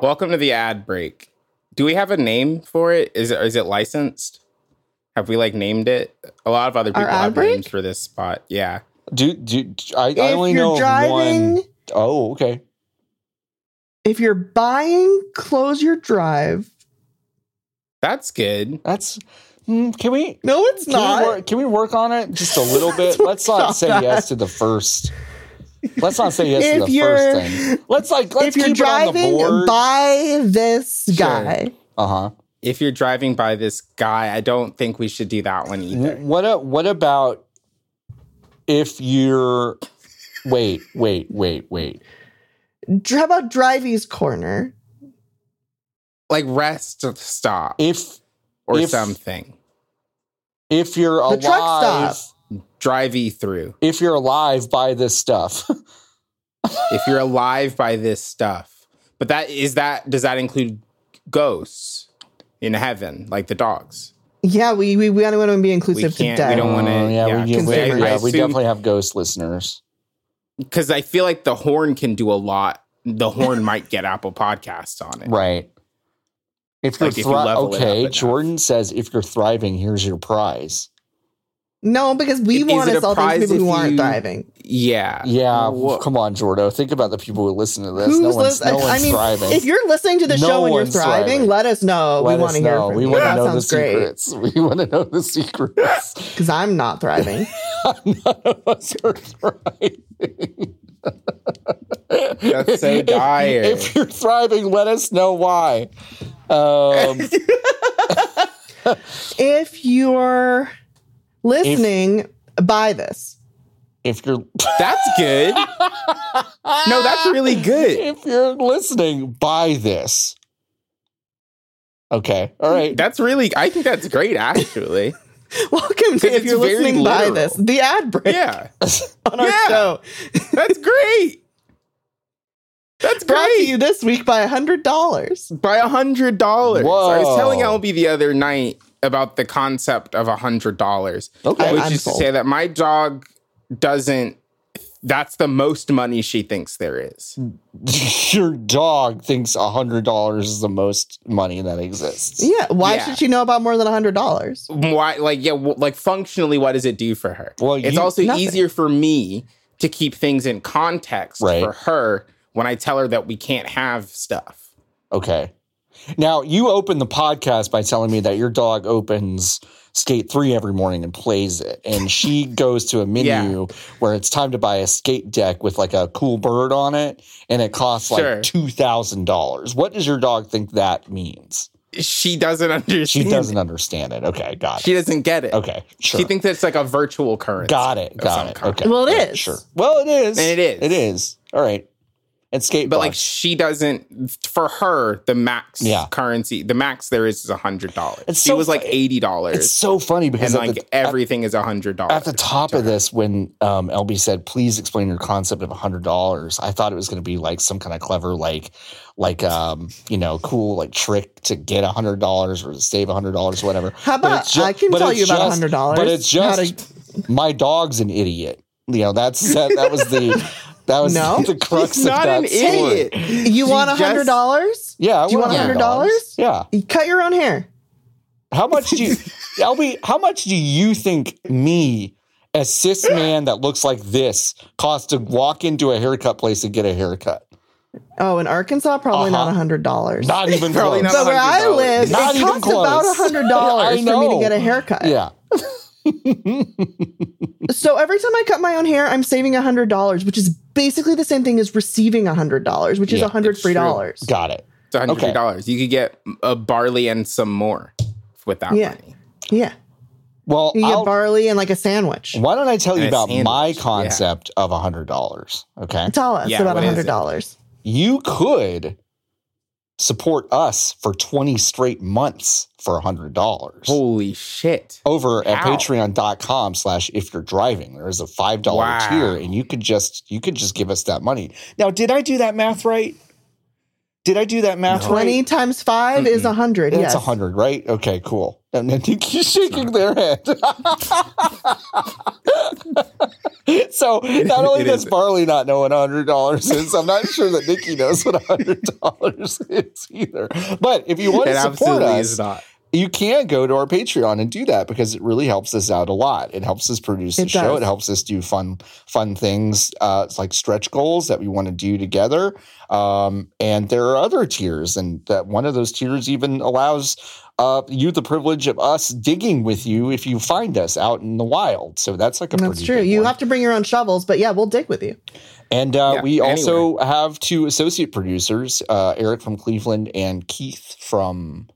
Speaker 2: Welcome to the ad break. Do we have a name for it? Is it is it licensed? Have we like named it? A lot of other
Speaker 3: Our
Speaker 2: people
Speaker 3: ad
Speaker 2: have
Speaker 3: break?
Speaker 2: names for this spot. Yeah.
Speaker 1: Do do I, I
Speaker 3: if
Speaker 1: only
Speaker 3: you're
Speaker 1: know of
Speaker 3: driving,
Speaker 1: one. Oh, okay.
Speaker 3: if you're buying, close your drive.
Speaker 2: That's good.
Speaker 1: That's hmm, can we?
Speaker 3: No, it's
Speaker 1: Can we,
Speaker 3: not.
Speaker 1: work, can we work on it just a little bit? Let's not say
Speaker 3: on
Speaker 1: yes to the first. Let's not say yes to
Speaker 3: If
Speaker 1: the
Speaker 3: you're-
Speaker 1: first thing. Let's like let's
Speaker 3: if you're
Speaker 1: keep it on the
Speaker 3: driving,
Speaker 1: board.
Speaker 3: buy this
Speaker 2: Sure.
Speaker 3: guy.
Speaker 1: uh huh.
Speaker 2: If you're driving by this guy, I don't think we should do that one e-
Speaker 1: Wh-
Speaker 2: either.
Speaker 1: What a, what about if you're wait, wait, wait, wait.
Speaker 3: Dr- How about Drivey's Corner?
Speaker 2: Like rest stop
Speaker 1: If
Speaker 2: or
Speaker 1: if-
Speaker 2: something.
Speaker 1: if you're
Speaker 3: The truck
Speaker 1: alive,
Speaker 2: Drive E through.
Speaker 1: if you're alive buy this stuff.
Speaker 2: if you're alive by this stuff. But that is that does that include ghosts in heaven, like the dogs?
Speaker 3: Yeah, we we, we don't want to be
Speaker 2: We
Speaker 3: inclusive to
Speaker 2: can't. We
Speaker 3: death.
Speaker 2: don't want
Speaker 1: Oh,
Speaker 2: to.
Speaker 1: yeah, we, yeah, we,
Speaker 3: consider-
Speaker 1: yeah,
Speaker 3: I
Speaker 1: we definitely have ghost listeners.
Speaker 2: because I feel like the horn can do a lot. The horn might get Apple Podcasts on it.
Speaker 1: Right. If you're
Speaker 2: Like, if you
Speaker 1: thri-
Speaker 2: level it up
Speaker 1: okay,
Speaker 2: enough.
Speaker 1: Jordan says if you're thriving, here's your prize.
Speaker 3: No, because we
Speaker 2: Is
Speaker 3: want
Speaker 2: it a
Speaker 3: us all these
Speaker 2: prize
Speaker 3: people who
Speaker 2: if
Speaker 3: aren't
Speaker 2: you-
Speaker 3: driving.
Speaker 2: Yeah,
Speaker 1: Yeah,
Speaker 2: Wha-
Speaker 1: come on, Jordo. Think about the people who listen to this. no
Speaker 3: Uh, Who's
Speaker 1: one's,
Speaker 3: lis-
Speaker 1: no one's
Speaker 3: I mean,
Speaker 1: thriving.
Speaker 3: If you're listening to the
Speaker 1: No
Speaker 3: show and you're
Speaker 1: one's thriving.
Speaker 3: thriving, let us know.
Speaker 1: Let
Speaker 3: we want
Speaker 1: us
Speaker 3: to hear
Speaker 1: know.
Speaker 3: from
Speaker 1: we
Speaker 3: you.
Speaker 1: want to
Speaker 3: That
Speaker 1: know the
Speaker 3: sounds great.
Speaker 1: secrets. We want to know the secrets.
Speaker 3: Because I'm not thriving.
Speaker 1: None of us are thriving.
Speaker 2: That's so
Speaker 1: If-
Speaker 2: dire.
Speaker 1: If, you're thriving, let us know why. Um,
Speaker 3: if you're listening, buy this.
Speaker 1: if you're
Speaker 2: that's good. no, that's really good.
Speaker 1: if you're listening, buy this. Okay. All right.
Speaker 2: That's really. I think that's great, actually.
Speaker 3: Welcome to if
Speaker 2: it's
Speaker 3: you're
Speaker 2: very
Speaker 3: listening, buy
Speaker 2: literal.
Speaker 3: this. The ad break
Speaker 2: Yeah,
Speaker 3: on our
Speaker 2: Yeah.
Speaker 3: show.
Speaker 2: that's great. That's
Speaker 3: Brought to
Speaker 2: great
Speaker 3: you this week by hundred dollars.
Speaker 2: by a hundred dollars. I was
Speaker 1: Whoa.
Speaker 2: telling LB the other night about the concept of a hundred dollars.
Speaker 1: Okay.
Speaker 2: which
Speaker 3: I'm
Speaker 2: is
Speaker 3: sold.
Speaker 2: to say that my dog doesn't. That's the most money she thinks there is.
Speaker 1: Your dog thinks $100 is the most money that exists.
Speaker 3: Yeah. Why
Speaker 2: Yeah.
Speaker 3: should she know about more than hundred dollars?
Speaker 2: why like yeah wh- like functionally what does it do for her
Speaker 1: Mm. Well,
Speaker 2: it's
Speaker 1: you-
Speaker 2: also
Speaker 3: Nothing.
Speaker 2: easier for me to keep things in context
Speaker 1: Right.
Speaker 2: for her when i tell her that we can't have stuff
Speaker 1: Okay. Now you open the podcast by telling me that your dog opens Skate 3 every morning and plays it. And she goes to a menu where it's time to buy a skate deck with like a cool bird on it and it costs
Speaker 2: Sure.
Speaker 1: like $2,000. What does your dog think that means?
Speaker 2: she doesn't understand
Speaker 1: She doesn't understand it. Okay, got it.
Speaker 2: she doesn't get it
Speaker 1: Okay, sure.
Speaker 2: she thinks it's like a virtual currency
Speaker 1: got it.
Speaker 2: of
Speaker 1: Got
Speaker 2: some
Speaker 1: it.
Speaker 2: kind.
Speaker 1: Okay.
Speaker 3: Well, it
Speaker 1: yeah,
Speaker 3: is.
Speaker 1: Sure. Well, it is.
Speaker 2: And it is.
Speaker 1: It is. All right. and skate
Speaker 2: But like
Speaker 1: bus.
Speaker 2: she doesn't for her the max
Speaker 1: Yeah.
Speaker 2: currency the max there is is a hundred dollars.
Speaker 1: It's
Speaker 2: She
Speaker 1: so
Speaker 2: was like
Speaker 1: fu-
Speaker 2: eighty
Speaker 1: it's
Speaker 2: dollars,
Speaker 1: so funny because
Speaker 2: and
Speaker 1: at
Speaker 2: like
Speaker 1: the- at-
Speaker 2: everything is a hundred dollars.
Speaker 1: at the top of this, when um, LB said, "Please explain your concept of hundred dollars," I thought it was going to be like some kind of clever, like, like um, you know, cool like trick to get hundred dollars or to save hundred dollars, whatever.
Speaker 3: How
Speaker 1: But
Speaker 3: about
Speaker 1: it's ju-
Speaker 3: I can
Speaker 1: but
Speaker 3: tell
Speaker 1: it's
Speaker 3: you about
Speaker 1: just-
Speaker 3: hundred dollars?
Speaker 1: But it's just my dog's an idiot. You know, that's that, that was the that was
Speaker 3: No.
Speaker 1: the crux
Speaker 2: She's
Speaker 1: of
Speaker 2: not
Speaker 1: that
Speaker 2: an
Speaker 1: story.
Speaker 2: idiot.
Speaker 3: you
Speaker 2: She
Speaker 3: want
Speaker 2: just-
Speaker 3: hundred dollars?
Speaker 1: Yeah, I
Speaker 3: Do you want $100?
Speaker 1: Yeah.
Speaker 3: You cut your own hair.
Speaker 1: How much do you, LB, how much do you think me, a cis man that looks like this, costs to walk into a haircut place and get a haircut?
Speaker 3: Oh, in Arkansas,
Speaker 1: Uh-huh.
Speaker 3: probably not not hundred dollars.
Speaker 1: Not even
Speaker 2: Probably
Speaker 1: close.
Speaker 2: not.
Speaker 3: But where I
Speaker 2: $100.
Speaker 3: live,
Speaker 1: Not
Speaker 3: it
Speaker 1: even
Speaker 3: costs
Speaker 1: close.
Speaker 3: about hundred dollars
Speaker 1: I
Speaker 3: for me
Speaker 1: know.
Speaker 3: to get a haircut.
Speaker 1: Yeah.
Speaker 3: So every time I cut my own hair, I'm saving hundred dollars, which is basically the same thing as receiving hundred dollars, which is
Speaker 1: Yeah,
Speaker 3: a hundred
Speaker 2: it's true.
Speaker 3: free dollars.
Speaker 1: Got it.
Speaker 2: It's hundred
Speaker 1: Okay.
Speaker 2: dollars. You could get a barley and some more with that
Speaker 3: Yeah.
Speaker 2: money.
Speaker 3: Yeah,
Speaker 1: Well,
Speaker 3: you
Speaker 1: I'll-
Speaker 3: get barley and like a sandwich.
Speaker 1: why don't I tell you
Speaker 2: And a
Speaker 1: about my
Speaker 2: sandwich, yeah.
Speaker 1: concept of of $100? Okay.
Speaker 3: Tell us
Speaker 2: Yeah,
Speaker 3: about
Speaker 2: what
Speaker 3: about
Speaker 2: is
Speaker 3: hundred
Speaker 2: it?
Speaker 3: dollars.
Speaker 1: You could support us for 20 straight months for $100.
Speaker 2: Holy shit!
Speaker 1: over at
Speaker 2: How?
Speaker 1: patreon.com slash if you're driving there is a five dollar
Speaker 2: Wow.
Speaker 1: tier and you could just you could just give us that money now did i do that math right did i do that math
Speaker 3: Twenty
Speaker 1: right
Speaker 3: times 5 is is hundred.
Speaker 1: it's
Speaker 3: Yes,
Speaker 1: a hundred right okay cool and then you keep shaking their head so not only
Speaker 2: It
Speaker 1: does
Speaker 2: is.
Speaker 1: barley not know what hundred dollars is i'm not sure that nikki knows what hundred dollars is either but if you want
Speaker 2: It
Speaker 1: to support
Speaker 2: absolutely
Speaker 1: us
Speaker 2: is not.
Speaker 1: you can go to our Patreon and do that because it really helps us out a lot. It helps us produce the
Speaker 3: It
Speaker 1: show.
Speaker 3: does.
Speaker 1: It helps us do fun, fun things. Uh, it's like stretch goals that we want to do together. Um, and there are other tiers, and that one of those tiers even allows uh, you the privilege of us digging with you if you find us out in the wild. So that's like a
Speaker 3: that's
Speaker 1: pretty
Speaker 3: true.
Speaker 1: big
Speaker 3: You
Speaker 1: one.
Speaker 3: have to bring your own shovels, but yeah, we'll dig with you.
Speaker 1: And uh,
Speaker 2: Yeah,
Speaker 1: we also have two associate producers, uh, Eric from Cleveland and Keith from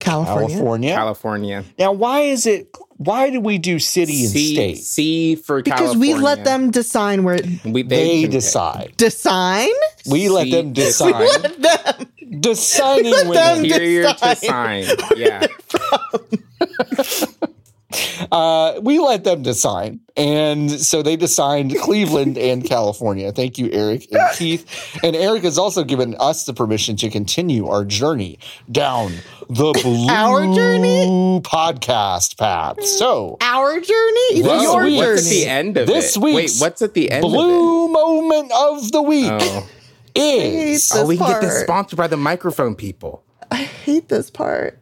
Speaker 3: California.
Speaker 1: California.
Speaker 2: California.
Speaker 1: Now, why is it? Why do we do city and
Speaker 2: C,
Speaker 1: state?
Speaker 2: C for
Speaker 3: Because
Speaker 2: California.
Speaker 3: we let them decide where
Speaker 2: We,
Speaker 1: They,
Speaker 2: can pick.
Speaker 1: decide.
Speaker 3: design.
Speaker 1: We let
Speaker 2: C
Speaker 1: them
Speaker 2: to
Speaker 1: decide.
Speaker 2: sign.
Speaker 3: Them.
Speaker 1: Deciding
Speaker 3: let them
Speaker 1: women.
Speaker 2: Interior to
Speaker 3: decide.
Speaker 2: sign. Yeah.
Speaker 1: Uh, we let them decide, and so they designed Cleveland and California. Thank you, Eric and Keith. And Eric has also given us the permission to continue our journey down the blue
Speaker 3: Our journey?
Speaker 1: podcast path. So
Speaker 3: Our journey, either
Speaker 1: Well,
Speaker 3: your
Speaker 1: we-
Speaker 2: what's at
Speaker 3: journey.
Speaker 2: the end of
Speaker 1: This
Speaker 2: it? Wait,
Speaker 1: week's
Speaker 2: what's at the end of it?
Speaker 1: blue moment of the week
Speaker 2: Oh.
Speaker 1: is
Speaker 3: This
Speaker 2: Oh, we can get this
Speaker 3: part.
Speaker 2: sponsored by the microphone people.
Speaker 3: I hate this part.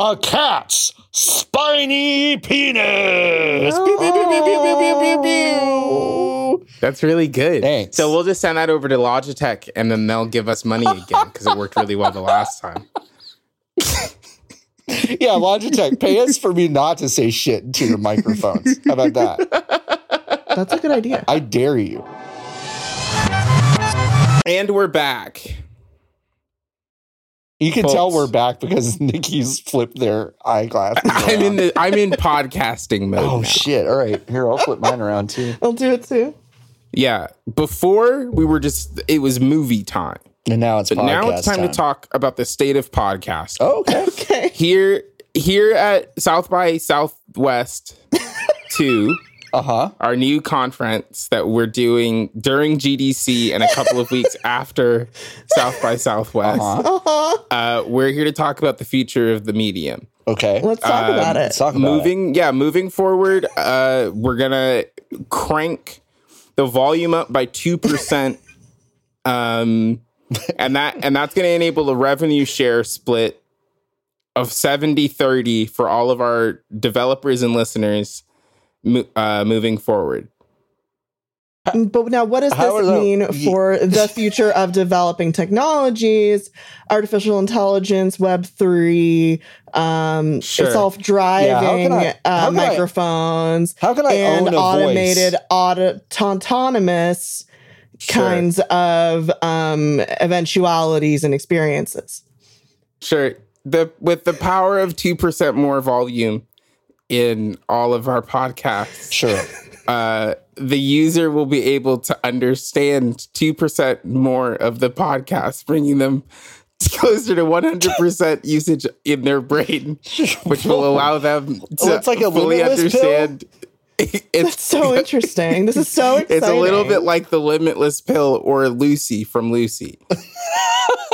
Speaker 1: a cat's spiny penis. Pew, pew, pew, pew, pew, pew, pew, pew, pew.
Speaker 2: That's really good.
Speaker 1: Thanks.
Speaker 2: So we'll just send that over to Logitech and then they'll give us money again because it worked really well the last time.
Speaker 1: Yeah, Logitech, pay us for me not to say shit into your microphones. How about that?
Speaker 3: That's a good idea.
Speaker 1: I dare you.
Speaker 2: And we're back.
Speaker 1: You can
Speaker 2: Folks.
Speaker 1: tell we're back because Nikki's flipped their eyeglasses.
Speaker 2: I'm
Speaker 1: around.
Speaker 2: in the I'm in podcasting mode.
Speaker 1: Oh
Speaker 2: now.
Speaker 1: shit! All right, here I'll flip mine around too.
Speaker 3: I'll do it too.
Speaker 2: Yeah. Before we were just it was movie time.
Speaker 1: And now it's
Speaker 2: But
Speaker 1: podcast
Speaker 2: now it's time, to talk about the state of podcast.
Speaker 1: Oh, okay.
Speaker 3: Okay.
Speaker 2: Here here at South by Southwest 2,
Speaker 1: Uh huh.
Speaker 2: our new conference that we're doing during GDC and a couple of weeks after South by Southwest. uh
Speaker 3: Uh-huh.
Speaker 2: we're here to talk about the future of the medium.
Speaker 1: Okay.
Speaker 3: Let's talk about it.
Speaker 1: Let's talk about it.
Speaker 2: Um, moving, yeah, moving forward, uh, we're gonna crank the volume up by two percent, um, and that and that's gonna enable a revenue share split of 70-30 for all of our developers and listeners mo- uh, moving forward.
Speaker 3: But now, what does
Speaker 1: How are
Speaker 3: this
Speaker 1: the-
Speaker 3: mean
Speaker 1: Ye-
Speaker 3: for the future of developing technologies, artificial intelligence, Web three, um,
Speaker 2: Sure.
Speaker 3: self
Speaker 1: Yeah, how
Speaker 3: driving
Speaker 1: can I- how
Speaker 3: uh,
Speaker 1: can I-
Speaker 3: microphones,
Speaker 1: How can I
Speaker 3: and
Speaker 1: own a
Speaker 3: automated,
Speaker 1: voice?
Speaker 3: auto- autonomous
Speaker 2: Sure.
Speaker 3: kinds of um, eventualities and experiences?
Speaker 2: Sure. The with the power of two percent more volume in all of our podcasts,
Speaker 1: Sure.
Speaker 2: uh, the user will be able to understand 2% more of the podcast, bringing them closer to 100% usage in their brain, which will allow them to
Speaker 1: Oh, it's like a
Speaker 2: fully
Speaker 1: limitless pill?
Speaker 2: understand. It's,
Speaker 3: That's so interesting. This is so exciting.
Speaker 2: it's a little bit like the Limitless Pill or Lucy from Lucy.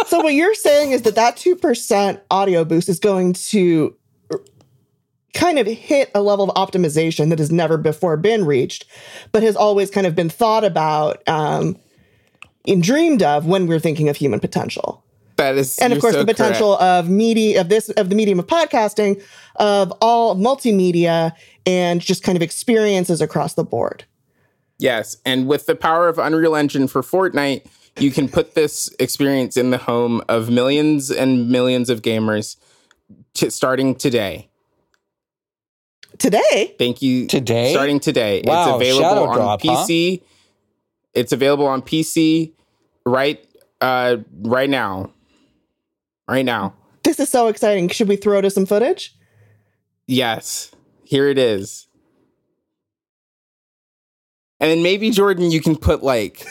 Speaker 3: So what you're saying is that that 2% audio boost is going to kind of hit a level of optimization that has never before been reached, but has always kind of been thought about um, and dreamed of when we're thinking of human potential.
Speaker 2: That is,
Speaker 3: And
Speaker 2: you're
Speaker 3: of course,
Speaker 2: so
Speaker 3: the potential
Speaker 2: correct.
Speaker 3: of media of this of the medium of podcasting, of all multimedia and just kind of experiences across the board.
Speaker 2: Yes, and with the power of Unreal Engine for Fortnite, you can put this experience in the home of millions and millions of gamers t- starting today.
Speaker 3: Today,
Speaker 2: Thank you.
Speaker 1: Today?
Speaker 2: Starting today.
Speaker 1: Wow,
Speaker 2: it's available
Speaker 1: shadow
Speaker 2: on
Speaker 1: drop, huh?
Speaker 2: PC. It's available on PC right uh right now. Right now.
Speaker 3: this is so exciting. Should we throw to some footage?
Speaker 2: Yes. Here it is. And then maybe Jordan, you can put like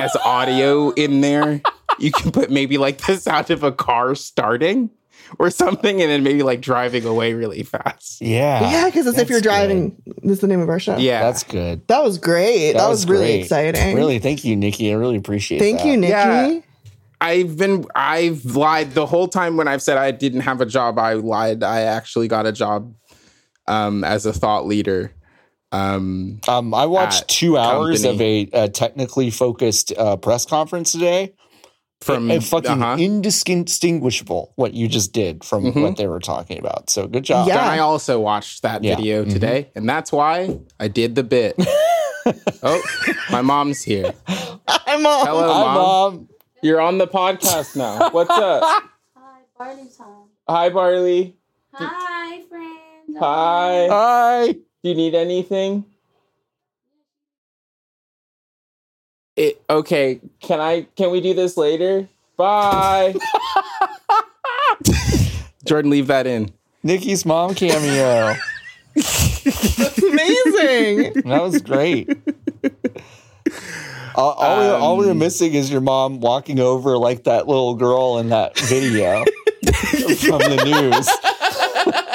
Speaker 2: as audio in there. You can put maybe like the sound of a car starting or something, and then maybe like driving away really fast.
Speaker 1: Yeah.
Speaker 3: yeah, because it's if
Speaker 1: that's
Speaker 3: you're
Speaker 1: good.
Speaker 3: driving. This is the name of our show.
Speaker 2: Ah, Yeah.
Speaker 1: That's good.
Speaker 3: That was great. That, was, really
Speaker 1: great.
Speaker 3: exciting.
Speaker 1: Really, thank you, Nikki. I really appreciate
Speaker 3: Thank
Speaker 1: that.
Speaker 3: you, Nikki.
Speaker 2: Yeah. I've been I've lied the whole time when I've said I didn't have a job. I lied. I actually got a job um, as a thought leader. Um,
Speaker 1: Um, I watched
Speaker 2: at
Speaker 1: two hours
Speaker 2: company.
Speaker 1: of a, uh technically focused uh, press conference today.
Speaker 2: from
Speaker 1: and fucking
Speaker 2: uh-huh.
Speaker 1: indistinguishable what you just did from
Speaker 2: Mhm.
Speaker 1: what they were talking about. So good job.
Speaker 3: Yeah.
Speaker 2: And I also watched that
Speaker 1: Yeah. Mm-hmm.
Speaker 2: video today, and that's why I did the bit. oh, my mom's here.
Speaker 3: I'm all
Speaker 2: Hello,
Speaker 1: Hi,
Speaker 2: mom.
Speaker 1: Mom.
Speaker 2: You're on the podcast now. What's up?
Speaker 5: Hi, Barney's home.
Speaker 2: Hi, Barley.
Speaker 5: Hi, friend.
Speaker 2: Hi.
Speaker 1: Hi.
Speaker 2: Do you need anything? It, okay, can I can we do this later? Bye. Jordan, leave that in.
Speaker 1: Nikki's mom cameo.
Speaker 3: amazing.
Speaker 1: that was great. All, all, we, all
Speaker 2: Um,
Speaker 1: we were missing is your mom walking over like that little girl in that video from the news.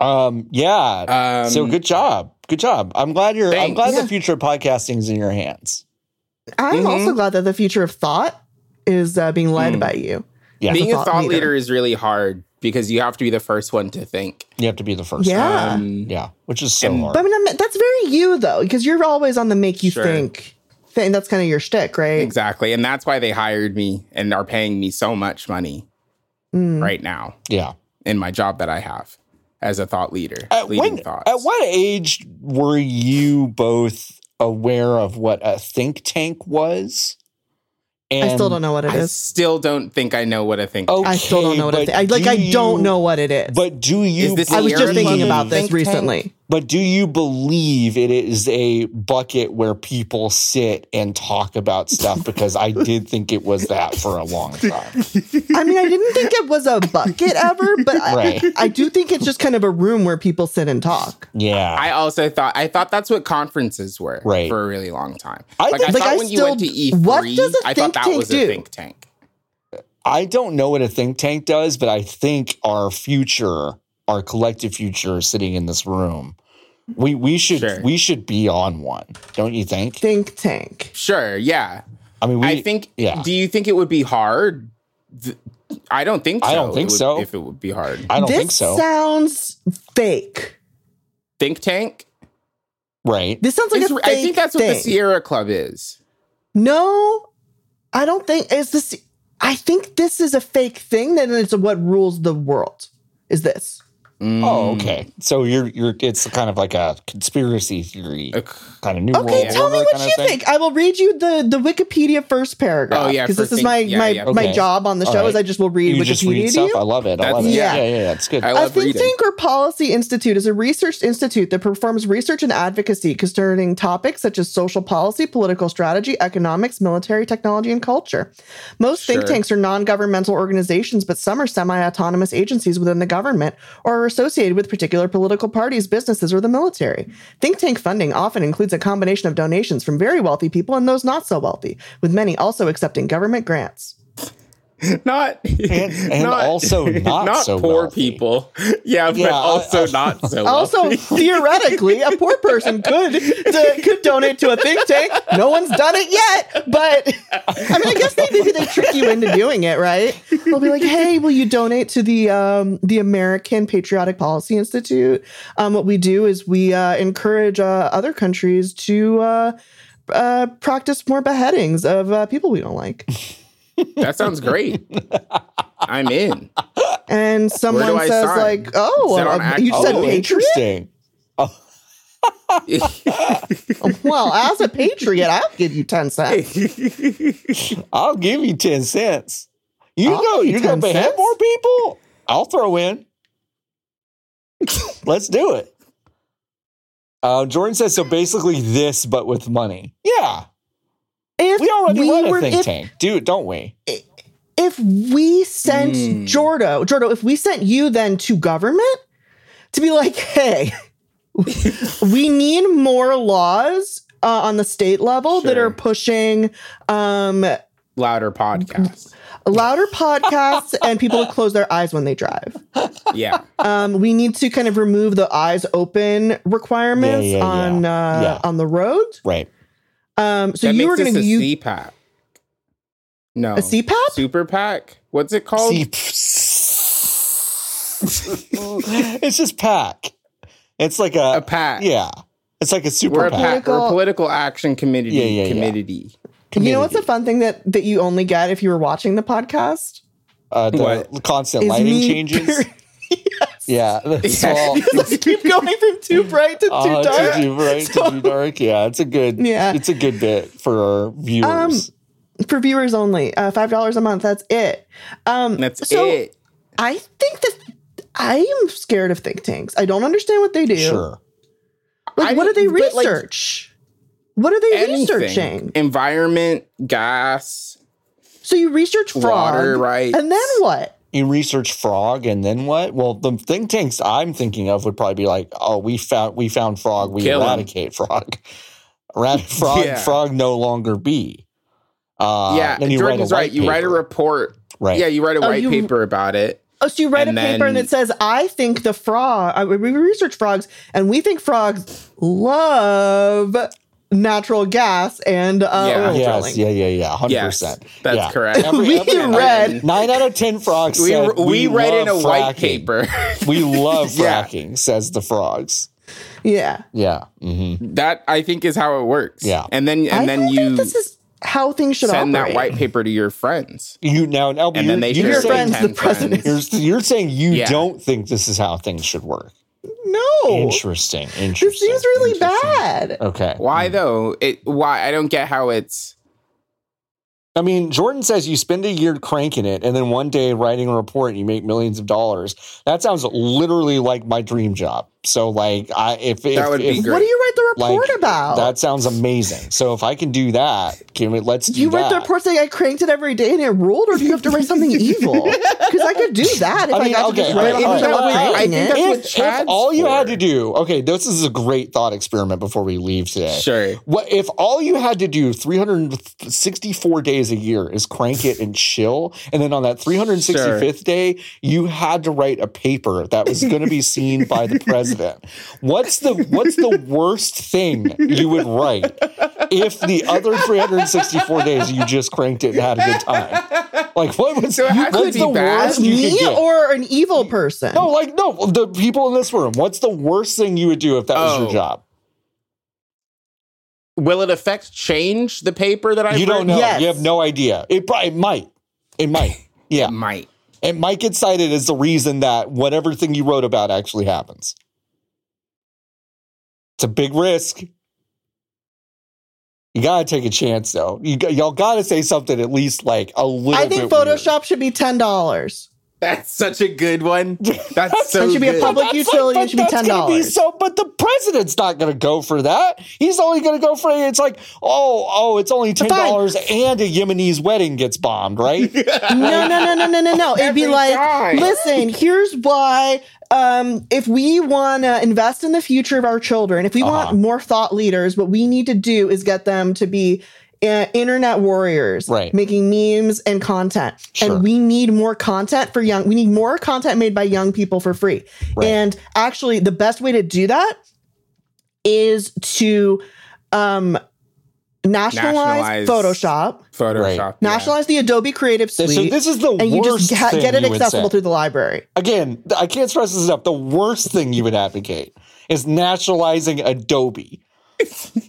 Speaker 1: um, yeah.
Speaker 2: Um,
Speaker 1: so good job. Good job. I'm glad you're I'm
Speaker 2: Thanks.
Speaker 1: glad
Speaker 3: Yeah.
Speaker 1: the future of podcasting is in your hands.
Speaker 3: I'm
Speaker 2: Mhm.
Speaker 3: also glad that the future of thought is uh, being
Speaker 2: Mm.
Speaker 3: led by you.
Speaker 1: Yeah.
Speaker 2: Being a thought leader.
Speaker 3: leader
Speaker 2: is really hard because you have to be the first one to think.
Speaker 1: You have to be the first.
Speaker 3: Yeah.
Speaker 2: Um,
Speaker 1: Yeah. Which is so
Speaker 2: And-
Speaker 1: hard.
Speaker 3: But I mean, I'm- that's very you though, because you're always on the make you
Speaker 2: Sure.
Speaker 3: think thing. That's kind of your shtick, right?
Speaker 2: Exactly. And that's why they hired me and are paying me so much money
Speaker 3: Mm.
Speaker 2: right now
Speaker 1: yeah.
Speaker 2: in my job that I have as a thought leader.
Speaker 1: At,
Speaker 2: leading
Speaker 1: when,
Speaker 2: thoughts.
Speaker 1: at what age were you both aware of what a think tank was? And
Speaker 3: I still don't know what it
Speaker 2: I
Speaker 3: is.
Speaker 2: still don't think I know what I think.
Speaker 1: Okay,
Speaker 3: I still don't know what it is. I,
Speaker 1: but
Speaker 3: like,
Speaker 1: do
Speaker 3: I don't
Speaker 1: you-
Speaker 3: know what it is.
Speaker 1: But do you?
Speaker 2: this
Speaker 3: I was just
Speaker 2: You're
Speaker 3: thinking
Speaker 2: lucky.
Speaker 3: about this
Speaker 2: Think tank.
Speaker 3: recently.
Speaker 1: But do you believe it is a bucket where people sit and talk about stuff? Because I did think it was that for a long time.
Speaker 3: I mean, I didn't think it was a bucket ever, but I,
Speaker 1: Right.
Speaker 3: I do think it's just kind of a room where people sit and talk.
Speaker 1: Yeah.
Speaker 2: I also thought I thought that's what conferences were
Speaker 1: Right.
Speaker 2: for a really long time.
Speaker 1: I
Speaker 2: like
Speaker 1: think-
Speaker 2: I
Speaker 1: like,
Speaker 2: thought
Speaker 3: I
Speaker 2: when you
Speaker 3: still-
Speaker 2: went to E3,
Speaker 3: what does a
Speaker 2: I
Speaker 3: think
Speaker 2: thought that
Speaker 3: tank
Speaker 2: was
Speaker 3: do?
Speaker 2: a think tank.
Speaker 1: I don't know what a think tank does, but I think our future, our collective future, sitting in this room, we we should
Speaker 2: Sure.
Speaker 1: we should be on one, don't you think?
Speaker 3: Think tank.
Speaker 2: Sure, yeah.
Speaker 1: I mean, we,
Speaker 2: I think
Speaker 1: yeah.
Speaker 2: do you think it would be hard? Th- I don't think so.
Speaker 1: I don't
Speaker 2: It
Speaker 1: think
Speaker 2: would-
Speaker 1: so.
Speaker 2: If it would be hard.
Speaker 1: I don't
Speaker 3: this
Speaker 1: think so.
Speaker 3: sounds fake.
Speaker 2: Think tank?
Speaker 1: right?
Speaker 3: This sounds like
Speaker 2: It's-
Speaker 3: a fake
Speaker 2: I think that's
Speaker 3: thing.
Speaker 2: what the Sierra Club is.
Speaker 3: No, I don't think is this. I think this is a fake thing. Then it's what rules the world. Is this?
Speaker 1: Oh,
Speaker 3: Mm.
Speaker 1: okay. So you're you're it's kind of like a conspiracy theory
Speaker 2: Okay.
Speaker 1: kind of new
Speaker 3: Uh, Okay,
Speaker 1: world
Speaker 3: tell me
Speaker 1: order
Speaker 3: what
Speaker 1: kind of
Speaker 3: you
Speaker 1: thing.
Speaker 3: think. I will read you the the Wikipedia first paragraph.
Speaker 2: Oh, yeah,
Speaker 3: because
Speaker 2: for
Speaker 3: this is
Speaker 2: think-
Speaker 3: my
Speaker 2: yeah,
Speaker 3: my
Speaker 2: yeah.
Speaker 3: my
Speaker 1: Okay.
Speaker 3: job on the
Speaker 1: All
Speaker 3: show is
Speaker 1: right.
Speaker 3: I just will read
Speaker 1: You
Speaker 3: Wikipedia
Speaker 1: just read
Speaker 3: to
Speaker 1: stuff.
Speaker 3: you.
Speaker 1: I love it. I love it.
Speaker 2: That's-
Speaker 1: Yeah,
Speaker 3: yeah.
Speaker 1: yeah, yeah. It's good.
Speaker 2: I
Speaker 3: A
Speaker 2: love
Speaker 3: think
Speaker 2: reading.
Speaker 3: tank or policy institute is a research institute that performs research and advocacy concerning topics such as social policy, political strategy, economics, military technology, and culture. Most think
Speaker 2: Sure.
Speaker 3: tanks are non governmental organizations, but some are semi autonomous agencies within the government or were associated with particular political parties, businesses, or the military. Think tank funding often includes a combination of donations from very wealthy people and those not so wealthy, with many also accepting government grants.
Speaker 2: not
Speaker 1: and also not so
Speaker 2: poor
Speaker 1: wealthy.
Speaker 2: people. Yeah, but
Speaker 1: Yeah, I-
Speaker 2: also
Speaker 1: I-
Speaker 2: not so
Speaker 3: Also,
Speaker 2: wealthy.
Speaker 3: theoretically, a poor person could to, could donate to a think tank. No one's done it yet, but I mean, I guess they, maybe they trick you into doing it, right? They'll be like, "Hey, will you donate to the um, the American Patriotic Policy Institute?" Um, what we do is we uh, encourage uh, other countries to uh, uh, practice more beheadings of uh, people we don't like.
Speaker 2: that sounds great. I'm in.
Speaker 3: And someone
Speaker 2: I
Speaker 3: says,
Speaker 2: sign?
Speaker 3: "Like, oh,
Speaker 2: Is that on
Speaker 3: uh, you
Speaker 2: Act-
Speaker 3: said
Speaker 2: Oh,
Speaker 3: patriot."
Speaker 1: interesting.
Speaker 3: Well, as a patriot, I'll give you ten cents.
Speaker 1: I'll give you ten cents. You
Speaker 3: I'll
Speaker 1: go.
Speaker 3: give you
Speaker 1: You go
Speaker 3: 10
Speaker 1: behead
Speaker 3: cents.
Speaker 1: more people. I'll throw in. Let's do it. Uh, Jordan says so. Basically, this, but with money. Yeah,
Speaker 3: If
Speaker 1: we already
Speaker 3: we
Speaker 1: run
Speaker 3: were-
Speaker 1: a think
Speaker 3: if-
Speaker 1: tank, dude. Don't we?
Speaker 3: if we sent
Speaker 2: Mm.
Speaker 1: Hmm.
Speaker 3: Jordo, Jordo, if we sent you then to government to be like, hey, we need more laws uh, on the state level that
Speaker 2: Sure.
Speaker 3: are pushing um,
Speaker 2: Louder podcast.
Speaker 3: louder podcasts and people to close their eyes when they drive.
Speaker 2: Yeah.
Speaker 3: Um, we need to kind of remove the eyes open requirements
Speaker 1: yeah, yeah.
Speaker 3: on Uh,
Speaker 1: Yeah.
Speaker 3: on the road.
Speaker 1: Right.
Speaker 3: Um, so
Speaker 2: that
Speaker 3: you
Speaker 2: makes
Speaker 3: were going
Speaker 2: this
Speaker 3: to
Speaker 2: a
Speaker 3: use
Speaker 2: CPAC. No.
Speaker 3: a CPAP?
Speaker 2: Super PAC? What's it
Speaker 3: Oh.
Speaker 2: called?
Speaker 1: See, it's just pack. It's like
Speaker 2: a
Speaker 1: a,
Speaker 2: pack.
Speaker 1: yeah. It's like a super
Speaker 2: We're a
Speaker 1: pack.
Speaker 2: pack. We're
Speaker 3: Political-
Speaker 2: a political action committee.
Speaker 1: Yeah, yeah, yeah.
Speaker 2: committee.
Speaker 3: You know what's a
Speaker 1: community.
Speaker 3: fun thing that that you only get if you were watching the podcast?
Speaker 1: uh, the
Speaker 2: What?
Speaker 1: constant
Speaker 3: Is
Speaker 1: lighting
Speaker 3: me-
Speaker 1: changes. Yeah, that's all.
Speaker 3: Let's keep going from too bright to too
Speaker 1: Oh, it's
Speaker 3: dark.
Speaker 1: too deep, right? It's too dark. Yeah, it's a good.
Speaker 3: Yeah.
Speaker 1: it's a good bit for our
Speaker 2: Um,
Speaker 1: viewers.
Speaker 3: For viewers only, uh, five dollars a month. That's it. Um,
Speaker 2: That's
Speaker 3: So-
Speaker 2: it.
Speaker 3: I think that I am scared of think tanks. I don't understand what they do.
Speaker 1: sure.
Speaker 3: Like,
Speaker 2: I
Speaker 3: what do they
Speaker 2: don't- but, like,
Speaker 3: research? what are they
Speaker 2: Anything.
Speaker 3: researching?
Speaker 2: Environment, gas,
Speaker 3: So you research fraud,
Speaker 2: water rights.
Speaker 3: and then what?
Speaker 1: You research frog, and then what? Well, the think tanks I'm thinking of would probably be like, "Oh, we found we found frog. We
Speaker 2: Kill 'em.
Speaker 1: eradicate frog. Eradicate frog.
Speaker 2: Yeah.
Speaker 1: Frog no longer be." Uh,
Speaker 2: yeah,
Speaker 1: Then you write a
Speaker 2: Jordan's
Speaker 1: white
Speaker 2: right. You write a
Speaker 1: paper.
Speaker 2: report.
Speaker 1: Right.
Speaker 2: Yeah, you write a
Speaker 3: Oh,
Speaker 2: white
Speaker 3: you-
Speaker 2: paper about it.
Speaker 3: Oh, so you write
Speaker 2: And
Speaker 3: a paper and
Speaker 2: then-
Speaker 3: it says, "I think the frog. I, we research frogs, and we think frogs love natural gas and uh,
Speaker 2: Yeah.
Speaker 3: oil
Speaker 1: Yes.
Speaker 3: drilling."
Speaker 1: Yeah. Yeah. Yeah. Hundred
Speaker 2: Yes,
Speaker 1: percent.
Speaker 2: that's
Speaker 1: yeah.
Speaker 2: correct.
Speaker 1: Every-
Speaker 3: We
Speaker 1: every-
Speaker 3: read-
Speaker 1: nine out of ten frogs.
Speaker 2: We,
Speaker 1: said,
Speaker 2: we, read in a
Speaker 1: love fracking."
Speaker 2: white paper.
Speaker 1: We love
Speaker 2: Yeah.
Speaker 1: fracking, says the frogs.
Speaker 3: yeah. Mm-hmm.
Speaker 1: Yeah. hmm
Speaker 2: that I think is how it works.
Speaker 1: Yeah.
Speaker 2: and then and
Speaker 3: I
Speaker 2: then
Speaker 3: don't
Speaker 2: you
Speaker 3: think this is how things should
Speaker 2: send
Speaker 3: operate.
Speaker 2: that white paper to your friends,
Speaker 1: You now, now
Speaker 2: and
Speaker 1: you're,
Speaker 2: then they
Speaker 1: you're
Speaker 2: share it
Speaker 3: Your
Speaker 2: with
Speaker 1: saying,
Speaker 3: friends,
Speaker 2: 10
Speaker 3: the president.
Speaker 2: friends.
Speaker 1: you're, you're saying you
Speaker 2: Yeah.
Speaker 1: don't think this is how things should work.
Speaker 3: No,
Speaker 1: Interesting. Interesting.
Speaker 3: Oh. this seems really bad.
Speaker 1: Okay.
Speaker 2: Why though? It why I don't get how it's
Speaker 1: I mean, Jordan says you spend a year cranking it, and then one day writing a report, and you make millions of dollars. That sounds literally like my dream job. So, like, I if if,
Speaker 2: That would be
Speaker 1: if,
Speaker 2: great.
Speaker 3: What do you write the
Speaker 1: like,
Speaker 3: report about?
Speaker 1: That sounds amazing. So, if I can do that, can we, let's do
Speaker 3: you
Speaker 1: that.
Speaker 3: write the report saying I cranked it every day and it ruled, or do you have to write something evil? Because I could do that if
Speaker 1: I
Speaker 3: I,
Speaker 1: mean,
Speaker 3: got
Speaker 1: okay,
Speaker 3: to just write
Speaker 1: okay,
Speaker 3: a bunch
Speaker 1: okay,
Speaker 3: about
Speaker 1: okay,
Speaker 3: cranking
Speaker 2: I think
Speaker 3: it.
Speaker 2: that's- what
Speaker 1: if, if
Speaker 2: Chad's
Speaker 1: all you had
Speaker 2: for.
Speaker 1: to do, okay, this is a great thought experiment before we leave today.
Speaker 2: sure.
Speaker 1: What if all you had to do 364 days a year is crank it and chill, and then on that 365th day, you had to write a paper that was going to be seen by the president? What's the what's the worst thing you would write if the other 364 days you just cranked it and had a good time? Like what was
Speaker 2: So it had to
Speaker 1: what's
Speaker 2: be
Speaker 1: the
Speaker 2: bad?
Speaker 1: worst you could
Speaker 3: Me
Speaker 1: get?
Speaker 3: or an evil person?
Speaker 1: No, like no, the people in this room. What's the worst thing you would do if that was your
Speaker 2: Oh.
Speaker 1: job?
Speaker 2: Will it affect change the paper that I
Speaker 1: you don't know.
Speaker 3: yes.
Speaker 1: You have no idea. It probably it might. It might. Yeah.
Speaker 2: Might
Speaker 1: And Mike gets cited as the reason that whatever thing you wrote about actually happens. It's a big risk. You gotta take a chance though. You g- y'all gotta say something at least like a little.
Speaker 3: I think
Speaker 1: bit weird.
Speaker 3: Photoshop should be ten dollars.
Speaker 2: That's such a good one. That's so
Speaker 3: That should be a
Speaker 2: good.
Speaker 3: public
Speaker 1: That's
Speaker 3: utility
Speaker 1: but
Speaker 3: should be
Speaker 1: that's gonna
Speaker 3: $10.
Speaker 1: So, but the president's not going to go for that. He's only going to go for it's like, oh, oh, it's only ten
Speaker 3: fine.
Speaker 1: dollars, and a Yemeni's wedding gets bombed, right?
Speaker 3: no, no, no, no, no, no, no. It'd be
Speaker 2: Every
Speaker 3: like,
Speaker 2: time.
Speaker 3: listen, here's why. Um, if we want to invest in the future of our children, if we
Speaker 1: Uh-huh.
Speaker 3: want more thought leaders, what we need to do is get them to be uh, internet warriors,
Speaker 1: Right.
Speaker 3: Making memes and content,
Speaker 1: Sure.
Speaker 3: and we need more content for young. We need more content made by young people for free.
Speaker 1: Right.
Speaker 3: And actually, the best way to do that is to um, nationalize,
Speaker 2: Nationalize-
Speaker 3: Photoshop,
Speaker 2: Photoshop. yeah.
Speaker 3: nationalize the Adobe Creative Suite
Speaker 1: This- so this is the
Speaker 3: and you
Speaker 1: worst
Speaker 3: just get,
Speaker 1: thing
Speaker 3: get it
Speaker 1: you would say.
Speaker 3: accessible through the library.
Speaker 1: Again, th- I can't stress this enough. The worst thing you would advocate is nationalizing Adobe.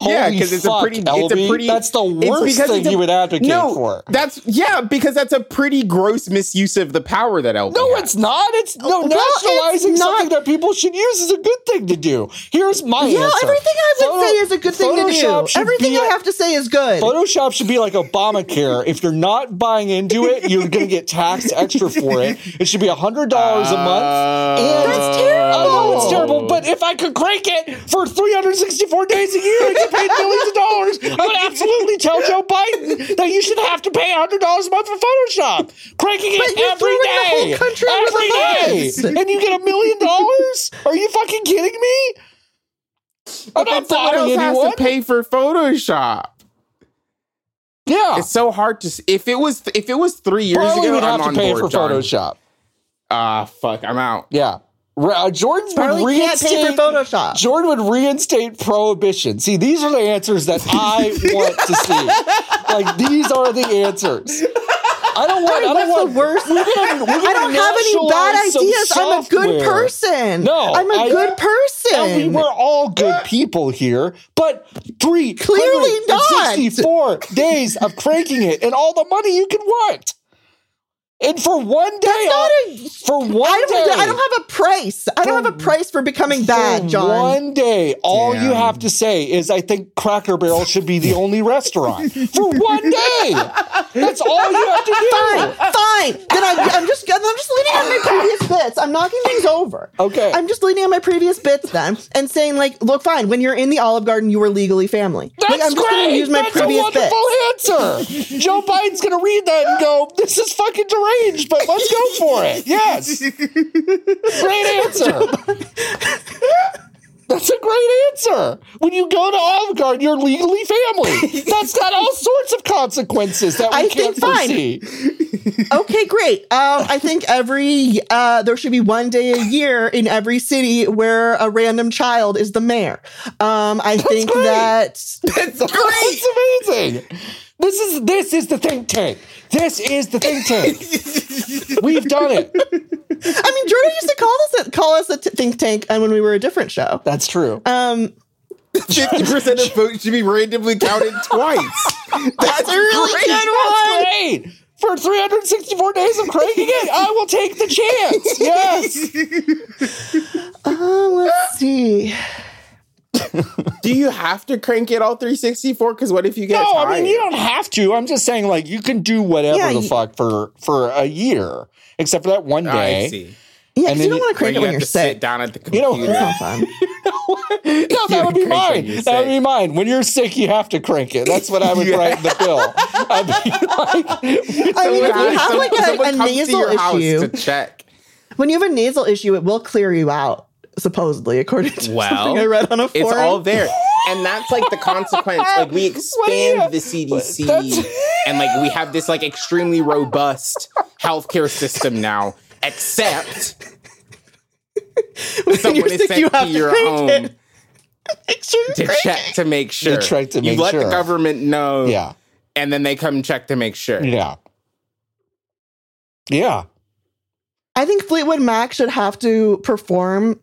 Speaker 2: Yeah,
Speaker 1: Holy
Speaker 2: because it's a
Speaker 1: fuck,
Speaker 2: pretty. It's
Speaker 1: LB.
Speaker 2: a pretty.
Speaker 1: That's the
Speaker 2: it's
Speaker 1: worst
Speaker 2: because
Speaker 1: thing
Speaker 2: it's a-
Speaker 1: you would advocate
Speaker 2: no,
Speaker 1: for.
Speaker 2: That's yeah, because that's a pretty gross misuse of the power that LB.
Speaker 1: No,
Speaker 2: has.
Speaker 1: it's not. It's no
Speaker 3: Well, it's
Speaker 1: nationalizing
Speaker 3: not.
Speaker 1: something that people should use is a good thing to do. Here's my
Speaker 3: Yeah,
Speaker 1: answer.
Speaker 3: everything I would
Speaker 1: Photo-
Speaker 3: say is a good thing
Speaker 1: Photoshop
Speaker 3: to do.
Speaker 1: should
Speaker 3: Everything
Speaker 1: be
Speaker 3: I
Speaker 1: a-
Speaker 3: have to say is good.
Speaker 1: Photoshop should be like Obamacare. if you're not buying into it, you're going to get taxed extra for it. It should be hundred dollars a
Speaker 3: Uh,
Speaker 1: month. And
Speaker 3: That's
Speaker 1: I know it's
Speaker 3: Oh.
Speaker 1: terrible, but if I could crank it for 364 days a year and get paid millions of dollars, I would absolutely tell Joe Biden that you should have to pay $100 a month for Photoshop. Cranking it
Speaker 3: But you're
Speaker 1: every
Speaker 3: throwing the whole
Speaker 1: day.
Speaker 3: country under
Speaker 1: every day.
Speaker 3: the
Speaker 1: And you get a million dollars? Are you fucking kidding me? I'm
Speaker 2: But then
Speaker 1: not
Speaker 2: someone
Speaker 1: bothering
Speaker 2: else
Speaker 1: anyone.
Speaker 2: has to pay for Photoshop.
Speaker 1: yeah.
Speaker 2: It's so hard to. s- If it was, if it was three years
Speaker 1: Barley
Speaker 2: ago,
Speaker 1: Ah. would
Speaker 2: I'm
Speaker 1: have to
Speaker 2: on
Speaker 1: pay
Speaker 2: board.
Speaker 1: for
Speaker 2: John.
Speaker 1: Photoshop.
Speaker 2: Ah, fuck, I'm out.
Speaker 1: Yeah. Re- uh, Jordan would
Speaker 3: Probably can't
Speaker 1: reinstate
Speaker 3: pay for Photoshop.
Speaker 1: Jordan would reinstate prohibition. See, these are the answers that I want to see. Like these are the answers. I don't want. I don't
Speaker 3: What's
Speaker 1: want.
Speaker 3: the worst?
Speaker 1: We're gonna, we're gonna
Speaker 3: I don't have any bad
Speaker 1: nationalize some
Speaker 3: ideas. I'm a good
Speaker 1: software.
Speaker 3: person.
Speaker 1: No,
Speaker 3: I'm a
Speaker 1: I-
Speaker 3: good
Speaker 1: Now, we
Speaker 3: person.
Speaker 1: were all good people here, but three
Speaker 3: Clearly not.
Speaker 1: sixty-four days of cranking it and all the money you can want, and for one day,
Speaker 3: not
Speaker 1: on-
Speaker 3: a-
Speaker 1: for one
Speaker 3: I
Speaker 1: day,
Speaker 3: don't, I don't have a price. I don't have a price for becoming bad,
Speaker 1: for
Speaker 3: John.
Speaker 1: One day, all you
Speaker 2: Damn.
Speaker 1: have to say is, "I think Cracker Barrel should be the only restaurant." For one day, that's all you have to
Speaker 3: Fine. Then I, I'm just I'm just leaning on my previous bits. I'm knocking things over.
Speaker 1: Okay.
Speaker 3: I'm just leaning on my previous bits then and saying like, look, fine. When you're in the Olive Garden, you were legally family.
Speaker 1: do.
Speaker 3: like,
Speaker 1: That's
Speaker 3: I'm just gonna
Speaker 1: great.
Speaker 3: use my
Speaker 1: that's a
Speaker 3: previous bits.
Speaker 1: wonderful answer. Joe Biden's going to read that and go, "This is fucking deranged," but let's go for it. Yes, great answer. That's a great answer. When you go to Olive Garden, you're legally family. That's got all sorts of consequences that we
Speaker 3: I
Speaker 1: can't
Speaker 3: think fine.
Speaker 1: foresee.
Speaker 3: Okay, great. Um, I think every uh, there should be one day a year in every city where a random child is the mayor. Um, I think
Speaker 1: great.
Speaker 3: that
Speaker 1: That's amazing. This is this is the think tank. This is the think tank. We've done it.
Speaker 3: I mean Jordan used to call us a, call us a t- think tank, and when we were a different show.
Speaker 1: That's true.
Speaker 3: Um,
Speaker 2: Fifty percent of votes should be randomly counted twice. That's a really
Speaker 1: That's great. For 364 days of cranking it, I will take the chance. Yes.
Speaker 3: uh, let's see.
Speaker 2: Do you have to crank it all 364? Because what if you get
Speaker 1: No,
Speaker 2: tired?
Speaker 1: I mean you don't have to. I'm just saying, like you can do whatever
Speaker 3: Yeah,
Speaker 1: the
Speaker 3: you-
Speaker 1: fuck for for a year, except for that one day.
Speaker 2: I see.
Speaker 3: Yeah,
Speaker 1: And
Speaker 3: because
Speaker 1: then
Speaker 3: you don't
Speaker 1: you-
Speaker 3: want to
Speaker 2: Or
Speaker 3: crank it
Speaker 2: you
Speaker 3: when
Speaker 2: have
Speaker 3: you're
Speaker 2: to sit
Speaker 3: sick.
Speaker 2: down at the
Speaker 1: You know-
Speaker 2: computer.
Speaker 3: That's not fun.
Speaker 1: no, that would be
Speaker 2: crank when
Speaker 1: mine.
Speaker 2: you're
Speaker 1: That would be
Speaker 2: sick.
Speaker 1: mine. When you're sick, you have to crank it. That's what I would write in the bill. I'd be like,
Speaker 3: I mean, if
Speaker 2: Someone-
Speaker 3: you have like
Speaker 2: someone
Speaker 3: a, a
Speaker 2: comes to
Speaker 3: nasal
Speaker 2: your house
Speaker 3: issue,
Speaker 2: to check.
Speaker 3: when you have a nasal issue, it will clear you out, supposedly, according to
Speaker 2: Well,
Speaker 3: something I read on a forum.
Speaker 2: It's all there. And that's like the consequence.
Speaker 1: What
Speaker 2: Like we
Speaker 1: do you-
Speaker 2: expand the CDC
Speaker 1: That's-
Speaker 2: and like we have this like extremely robust healthcare system now, except
Speaker 3: when
Speaker 2: someone
Speaker 3: you're
Speaker 2: is
Speaker 3: sick,
Speaker 2: sent
Speaker 3: you
Speaker 2: to
Speaker 3: have to
Speaker 2: your
Speaker 3: crank
Speaker 2: home
Speaker 3: it. Extra
Speaker 2: to
Speaker 3: crank
Speaker 2: check
Speaker 3: it.
Speaker 2: to make sure.
Speaker 1: check to
Speaker 2: you
Speaker 1: make
Speaker 2: let
Speaker 1: sure.
Speaker 2: the government know.
Speaker 1: yeah.
Speaker 2: And then they come check to make sure.
Speaker 1: Yeah. Yeah.
Speaker 3: I think Fleetwood Mac should have to perform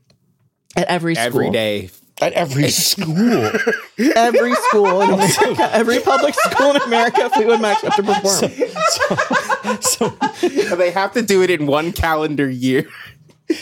Speaker 3: at every school.
Speaker 2: Every day.
Speaker 1: At every school.
Speaker 3: Every school in America. Every public school in America, Fleetwood Mac should have to perform.
Speaker 1: so,
Speaker 2: They have to do it in one calendar year.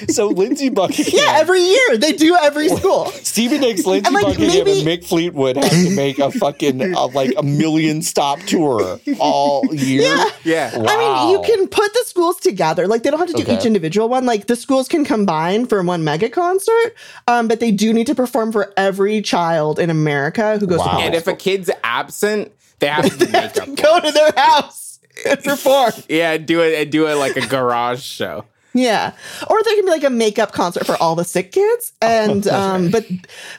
Speaker 1: So Lindsey Buckingham.
Speaker 3: Yeah, every year they do every school.
Speaker 1: Stephen Hicks, Lindsey
Speaker 3: like,
Speaker 1: Buckingham,
Speaker 3: maybe-
Speaker 1: and Mick Fleetwood have to make a fucking uh, like a million stop tour all year.
Speaker 3: Yeah.
Speaker 2: Yeah.
Speaker 3: I mean, you
Speaker 1: Wow.
Speaker 3: can put the schools together. Like they don't have to do
Speaker 1: Okay.
Speaker 3: each individual one. Like the schools can combine for one mega concert, um, but they do need to perform for every child in America who goes
Speaker 1: Wow.
Speaker 3: to
Speaker 2: And
Speaker 3: college.
Speaker 2: if a kid's absent, they have to do
Speaker 3: They have
Speaker 2: makeup.
Speaker 3: to go to their house and perform.
Speaker 2: Yeah, do it. Do it like a garage show.
Speaker 3: Yeah. Or there can be like a makeup concert for all the sick kids. And um but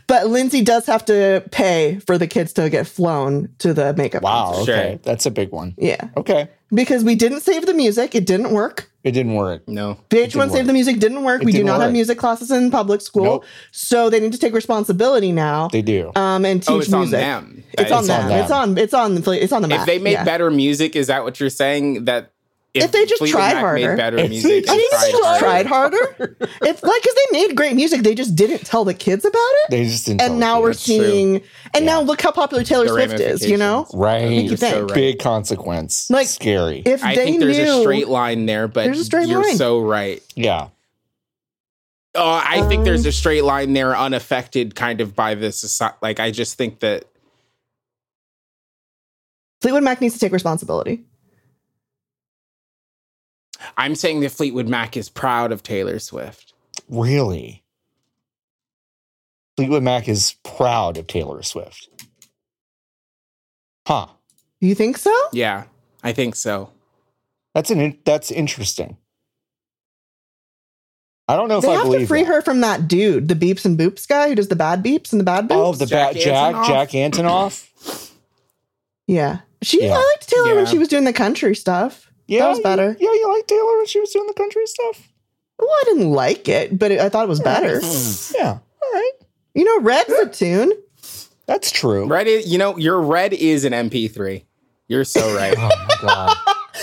Speaker 3: but Lindsay does have to pay for the kids to get flown to the makeup
Speaker 1: Wow.
Speaker 3: concert.
Speaker 1: Okay.
Speaker 2: Sure.
Speaker 1: That's a big one.
Speaker 3: Yeah.
Speaker 1: Okay.
Speaker 3: Because we didn't save the music. It didn't work.
Speaker 1: It didn't work.
Speaker 2: No.
Speaker 3: VH1
Speaker 1: didn't
Speaker 3: Save the Music didn't work.
Speaker 1: It
Speaker 3: we
Speaker 1: didn't
Speaker 3: do not
Speaker 1: work.
Speaker 3: have music classes in public school.
Speaker 1: Nope.
Speaker 3: So they need to take responsibility now
Speaker 1: They do.
Speaker 3: um and teach
Speaker 2: Oh, it's on
Speaker 3: music.
Speaker 2: them.
Speaker 3: It's
Speaker 2: That
Speaker 3: on
Speaker 2: is-
Speaker 3: them. It's on it's on the it's on the
Speaker 2: If
Speaker 3: map.
Speaker 2: they made
Speaker 3: Yeah.
Speaker 2: better music, is that what you're saying? That
Speaker 3: If they just
Speaker 2: Fleetwood
Speaker 3: tried
Speaker 2: Mac
Speaker 3: harder.
Speaker 2: made better
Speaker 1: If
Speaker 2: music,
Speaker 1: they
Speaker 2: and
Speaker 1: just
Speaker 3: I think they
Speaker 2: tried harder-
Speaker 3: just tried harder. It's like because they made great music, they just didn't tell the kids about it.
Speaker 1: they just didn't.
Speaker 3: and now
Speaker 1: tell
Speaker 3: we're
Speaker 1: us.
Speaker 2: That's true.
Speaker 3: seeing and now look how popular Taylor
Speaker 2: The
Speaker 3: Swift is, you know?
Speaker 2: ramifications.
Speaker 1: right.
Speaker 3: you
Speaker 2: You're so
Speaker 3: think.
Speaker 2: right.
Speaker 1: Big consequence.
Speaker 3: Like-
Speaker 1: scary.
Speaker 3: If
Speaker 2: I
Speaker 3: they
Speaker 2: think there's
Speaker 3: knew
Speaker 2: a straight line there, but
Speaker 3: There's a straight
Speaker 2: you're
Speaker 3: line.
Speaker 2: so right.
Speaker 1: yeah.
Speaker 2: Oh, I think there's
Speaker 3: Um,
Speaker 2: a straight line there, unaffected kind of by the society. Like, I just think that
Speaker 3: Fleetwood Mac needs to take responsibility.
Speaker 2: I'm saying that Fleetwood Mac is proud of Taylor Swift.
Speaker 1: Really. Fleetwood Mac is proud of Taylor Swift. Huh.
Speaker 3: You think so?
Speaker 2: Yeah, I think so.
Speaker 1: That's an in- that's interesting. I don't know if
Speaker 3: they
Speaker 1: I
Speaker 3: have
Speaker 1: believe
Speaker 3: to free
Speaker 1: that.
Speaker 3: her from that dude, the beeps and boops guy who does the bad beeps and the bad boops.
Speaker 1: Oh, the
Speaker 2: Jack
Speaker 1: bat Jack
Speaker 2: Antonoff?
Speaker 1: Jack Antonoff.
Speaker 3: yeah. She
Speaker 1: Yeah.
Speaker 3: I liked Taylor when
Speaker 2: Yeah.
Speaker 3: she was doing the country stuff.
Speaker 1: Yeah,
Speaker 3: was
Speaker 1: you-
Speaker 3: better.
Speaker 1: Yeah, you like Taylor when she was doing the country stuff.
Speaker 3: Well, I didn't like it, but it, I thought it was better.
Speaker 1: Yeah, all right,
Speaker 3: You know, Red's a tune.
Speaker 1: that's true.
Speaker 2: Red is, you know, your red is an MP3. You're so right.
Speaker 1: Oh my god.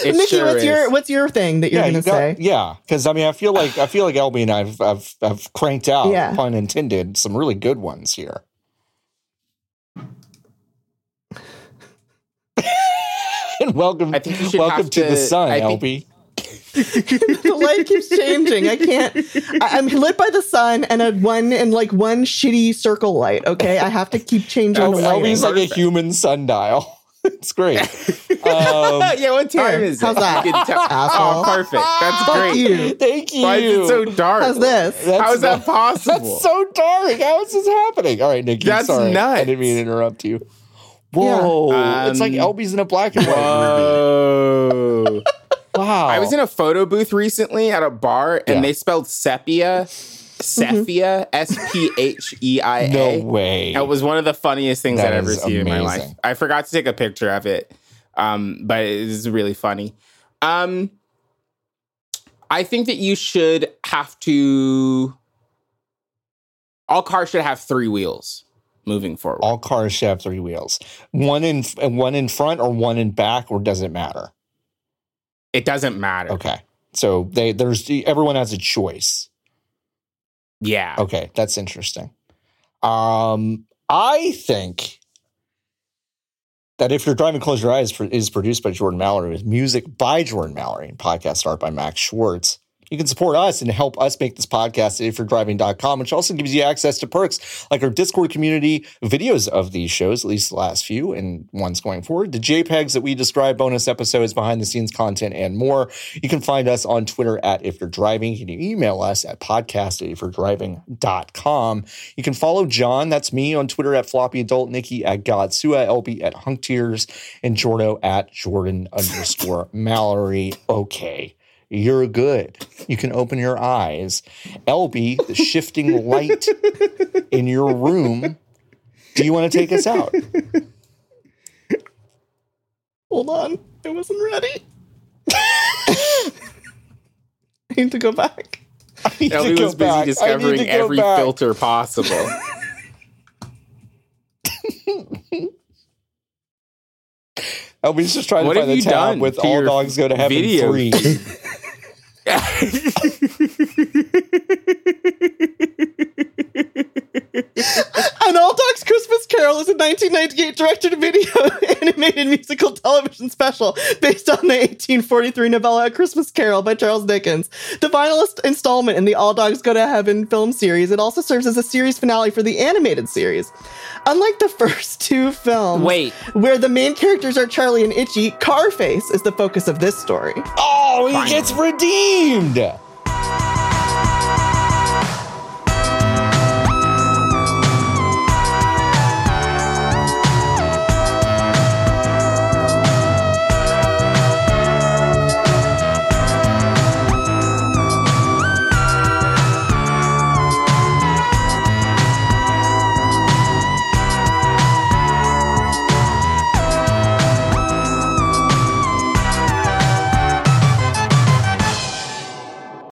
Speaker 2: It
Speaker 3: Nikki,
Speaker 2: sure
Speaker 3: what's
Speaker 2: is.
Speaker 3: your what's your thing that you're
Speaker 1: yeah,
Speaker 3: gonna
Speaker 1: you got-
Speaker 3: say?
Speaker 1: yeah, because I mean, I feel like I feel like Elby and I've I've, I've cranked out,
Speaker 3: Yeah.
Speaker 1: pun intended, some really good ones here. and welcome,
Speaker 2: I think you should
Speaker 1: welcome
Speaker 2: have
Speaker 1: to, the
Speaker 2: to-
Speaker 1: sun,
Speaker 2: I think-
Speaker 1: Elby.
Speaker 3: the light keeps changing. I can't. I, I'm lit by the sun and a one and like one shitty circle light. Okay, I have to keep changing
Speaker 1: El-
Speaker 3: the lighting.
Speaker 1: Elby's like a
Speaker 2: Perfect.
Speaker 1: human sundial. it's great. Um,
Speaker 2: yeah, what time
Speaker 3: Here,
Speaker 2: is it?
Speaker 3: how's that?
Speaker 2: You can tell- oh,
Speaker 3: Asshole.
Speaker 2: perfect. That's
Speaker 3: Fuck
Speaker 2: great.
Speaker 3: you.
Speaker 1: thank you.
Speaker 2: Why is it so dark?
Speaker 3: How's this?
Speaker 1: That's
Speaker 2: How is that
Speaker 1: not-
Speaker 2: possible?
Speaker 1: That's so dark. How is this happening? All right, Nikki.
Speaker 2: That's
Speaker 1: sorry. I
Speaker 2: nuts.
Speaker 1: didn't mean to interrupt you. Whoa. it's like
Speaker 2: Um,
Speaker 1: Elby's in a black and white
Speaker 2: Whoa.
Speaker 1: movie. Wow.
Speaker 2: I was in a photo booth recently at a bar and
Speaker 1: Yeah.
Speaker 2: they spelled sepia,
Speaker 3: Mm-hmm.
Speaker 2: sephia, S P H E I
Speaker 1: No
Speaker 2: A.
Speaker 1: way.
Speaker 2: It was one of the funniest things
Speaker 1: That
Speaker 2: I've ever
Speaker 1: is
Speaker 2: seen in my
Speaker 1: amazing.
Speaker 2: life. I forgot to take a picture of it, um, but it is really funny. Um, I think that you should have to. All cars should have three wheels moving forward.
Speaker 1: All cars should have three wheels. One in one in front or one in back, or does it matter?
Speaker 2: it doesn't matter.
Speaker 1: Okay. So they there's everyone has a choice.
Speaker 2: Yeah.
Speaker 1: Okay, that's interesting. Um, I think that if you're driving, close your eyes for, is produced by Jordan Mallory with music by Jordan Mallory and podcast art by Max Schwartz. You can support us and help us make this podcast at ifyou'redriving.com, which also gives you access to perks like our Discord community, videos of these shows, at least the last few and ones going forward, the JPEGs that we describe, bonus episodes, behind the scenes content, and more. You can find us on Twitter at If You're Driving. You can email us at podcast at ifyou'redriving.com. You can follow John, that's me, on Twitter at Floppy Adult, Nikki at Godsua, LB at Hunk Tears, and Jordo at Jordan underscore Mallory. Okay. You're good. You can open your eyes. LB, the shifting light in your room. Do you want to take us out?
Speaker 3: Hold on, I wasn't ready. I need to go back.
Speaker 1: I need
Speaker 2: Ellie
Speaker 1: go
Speaker 2: was busy
Speaker 1: back. I need to
Speaker 2: discovering
Speaker 1: go
Speaker 2: every
Speaker 1: back.
Speaker 2: filter possible.
Speaker 1: LB's just trying
Speaker 2: What
Speaker 1: to
Speaker 2: have
Speaker 1: find the
Speaker 2: you
Speaker 1: tab
Speaker 2: done
Speaker 1: with
Speaker 2: to
Speaker 1: All
Speaker 2: your
Speaker 1: Dogs Go to Heaven
Speaker 2: video?
Speaker 1: 3.
Speaker 3: An All Dogs Christmas Carol is a 1998 directed video. animated musical television special based on the 1843 novella A Christmas Carol by Charles Dickens. The final est- installment in the All Dogs Go to Heaven film series, it also serves as a series finale for the animated series. Unlike the first two films,
Speaker 2: Wait.
Speaker 3: where the main characters are Charlie and Itchy, Carface is the focus of this story.
Speaker 1: Oh, he
Speaker 2: Finally.
Speaker 1: gets redeemed.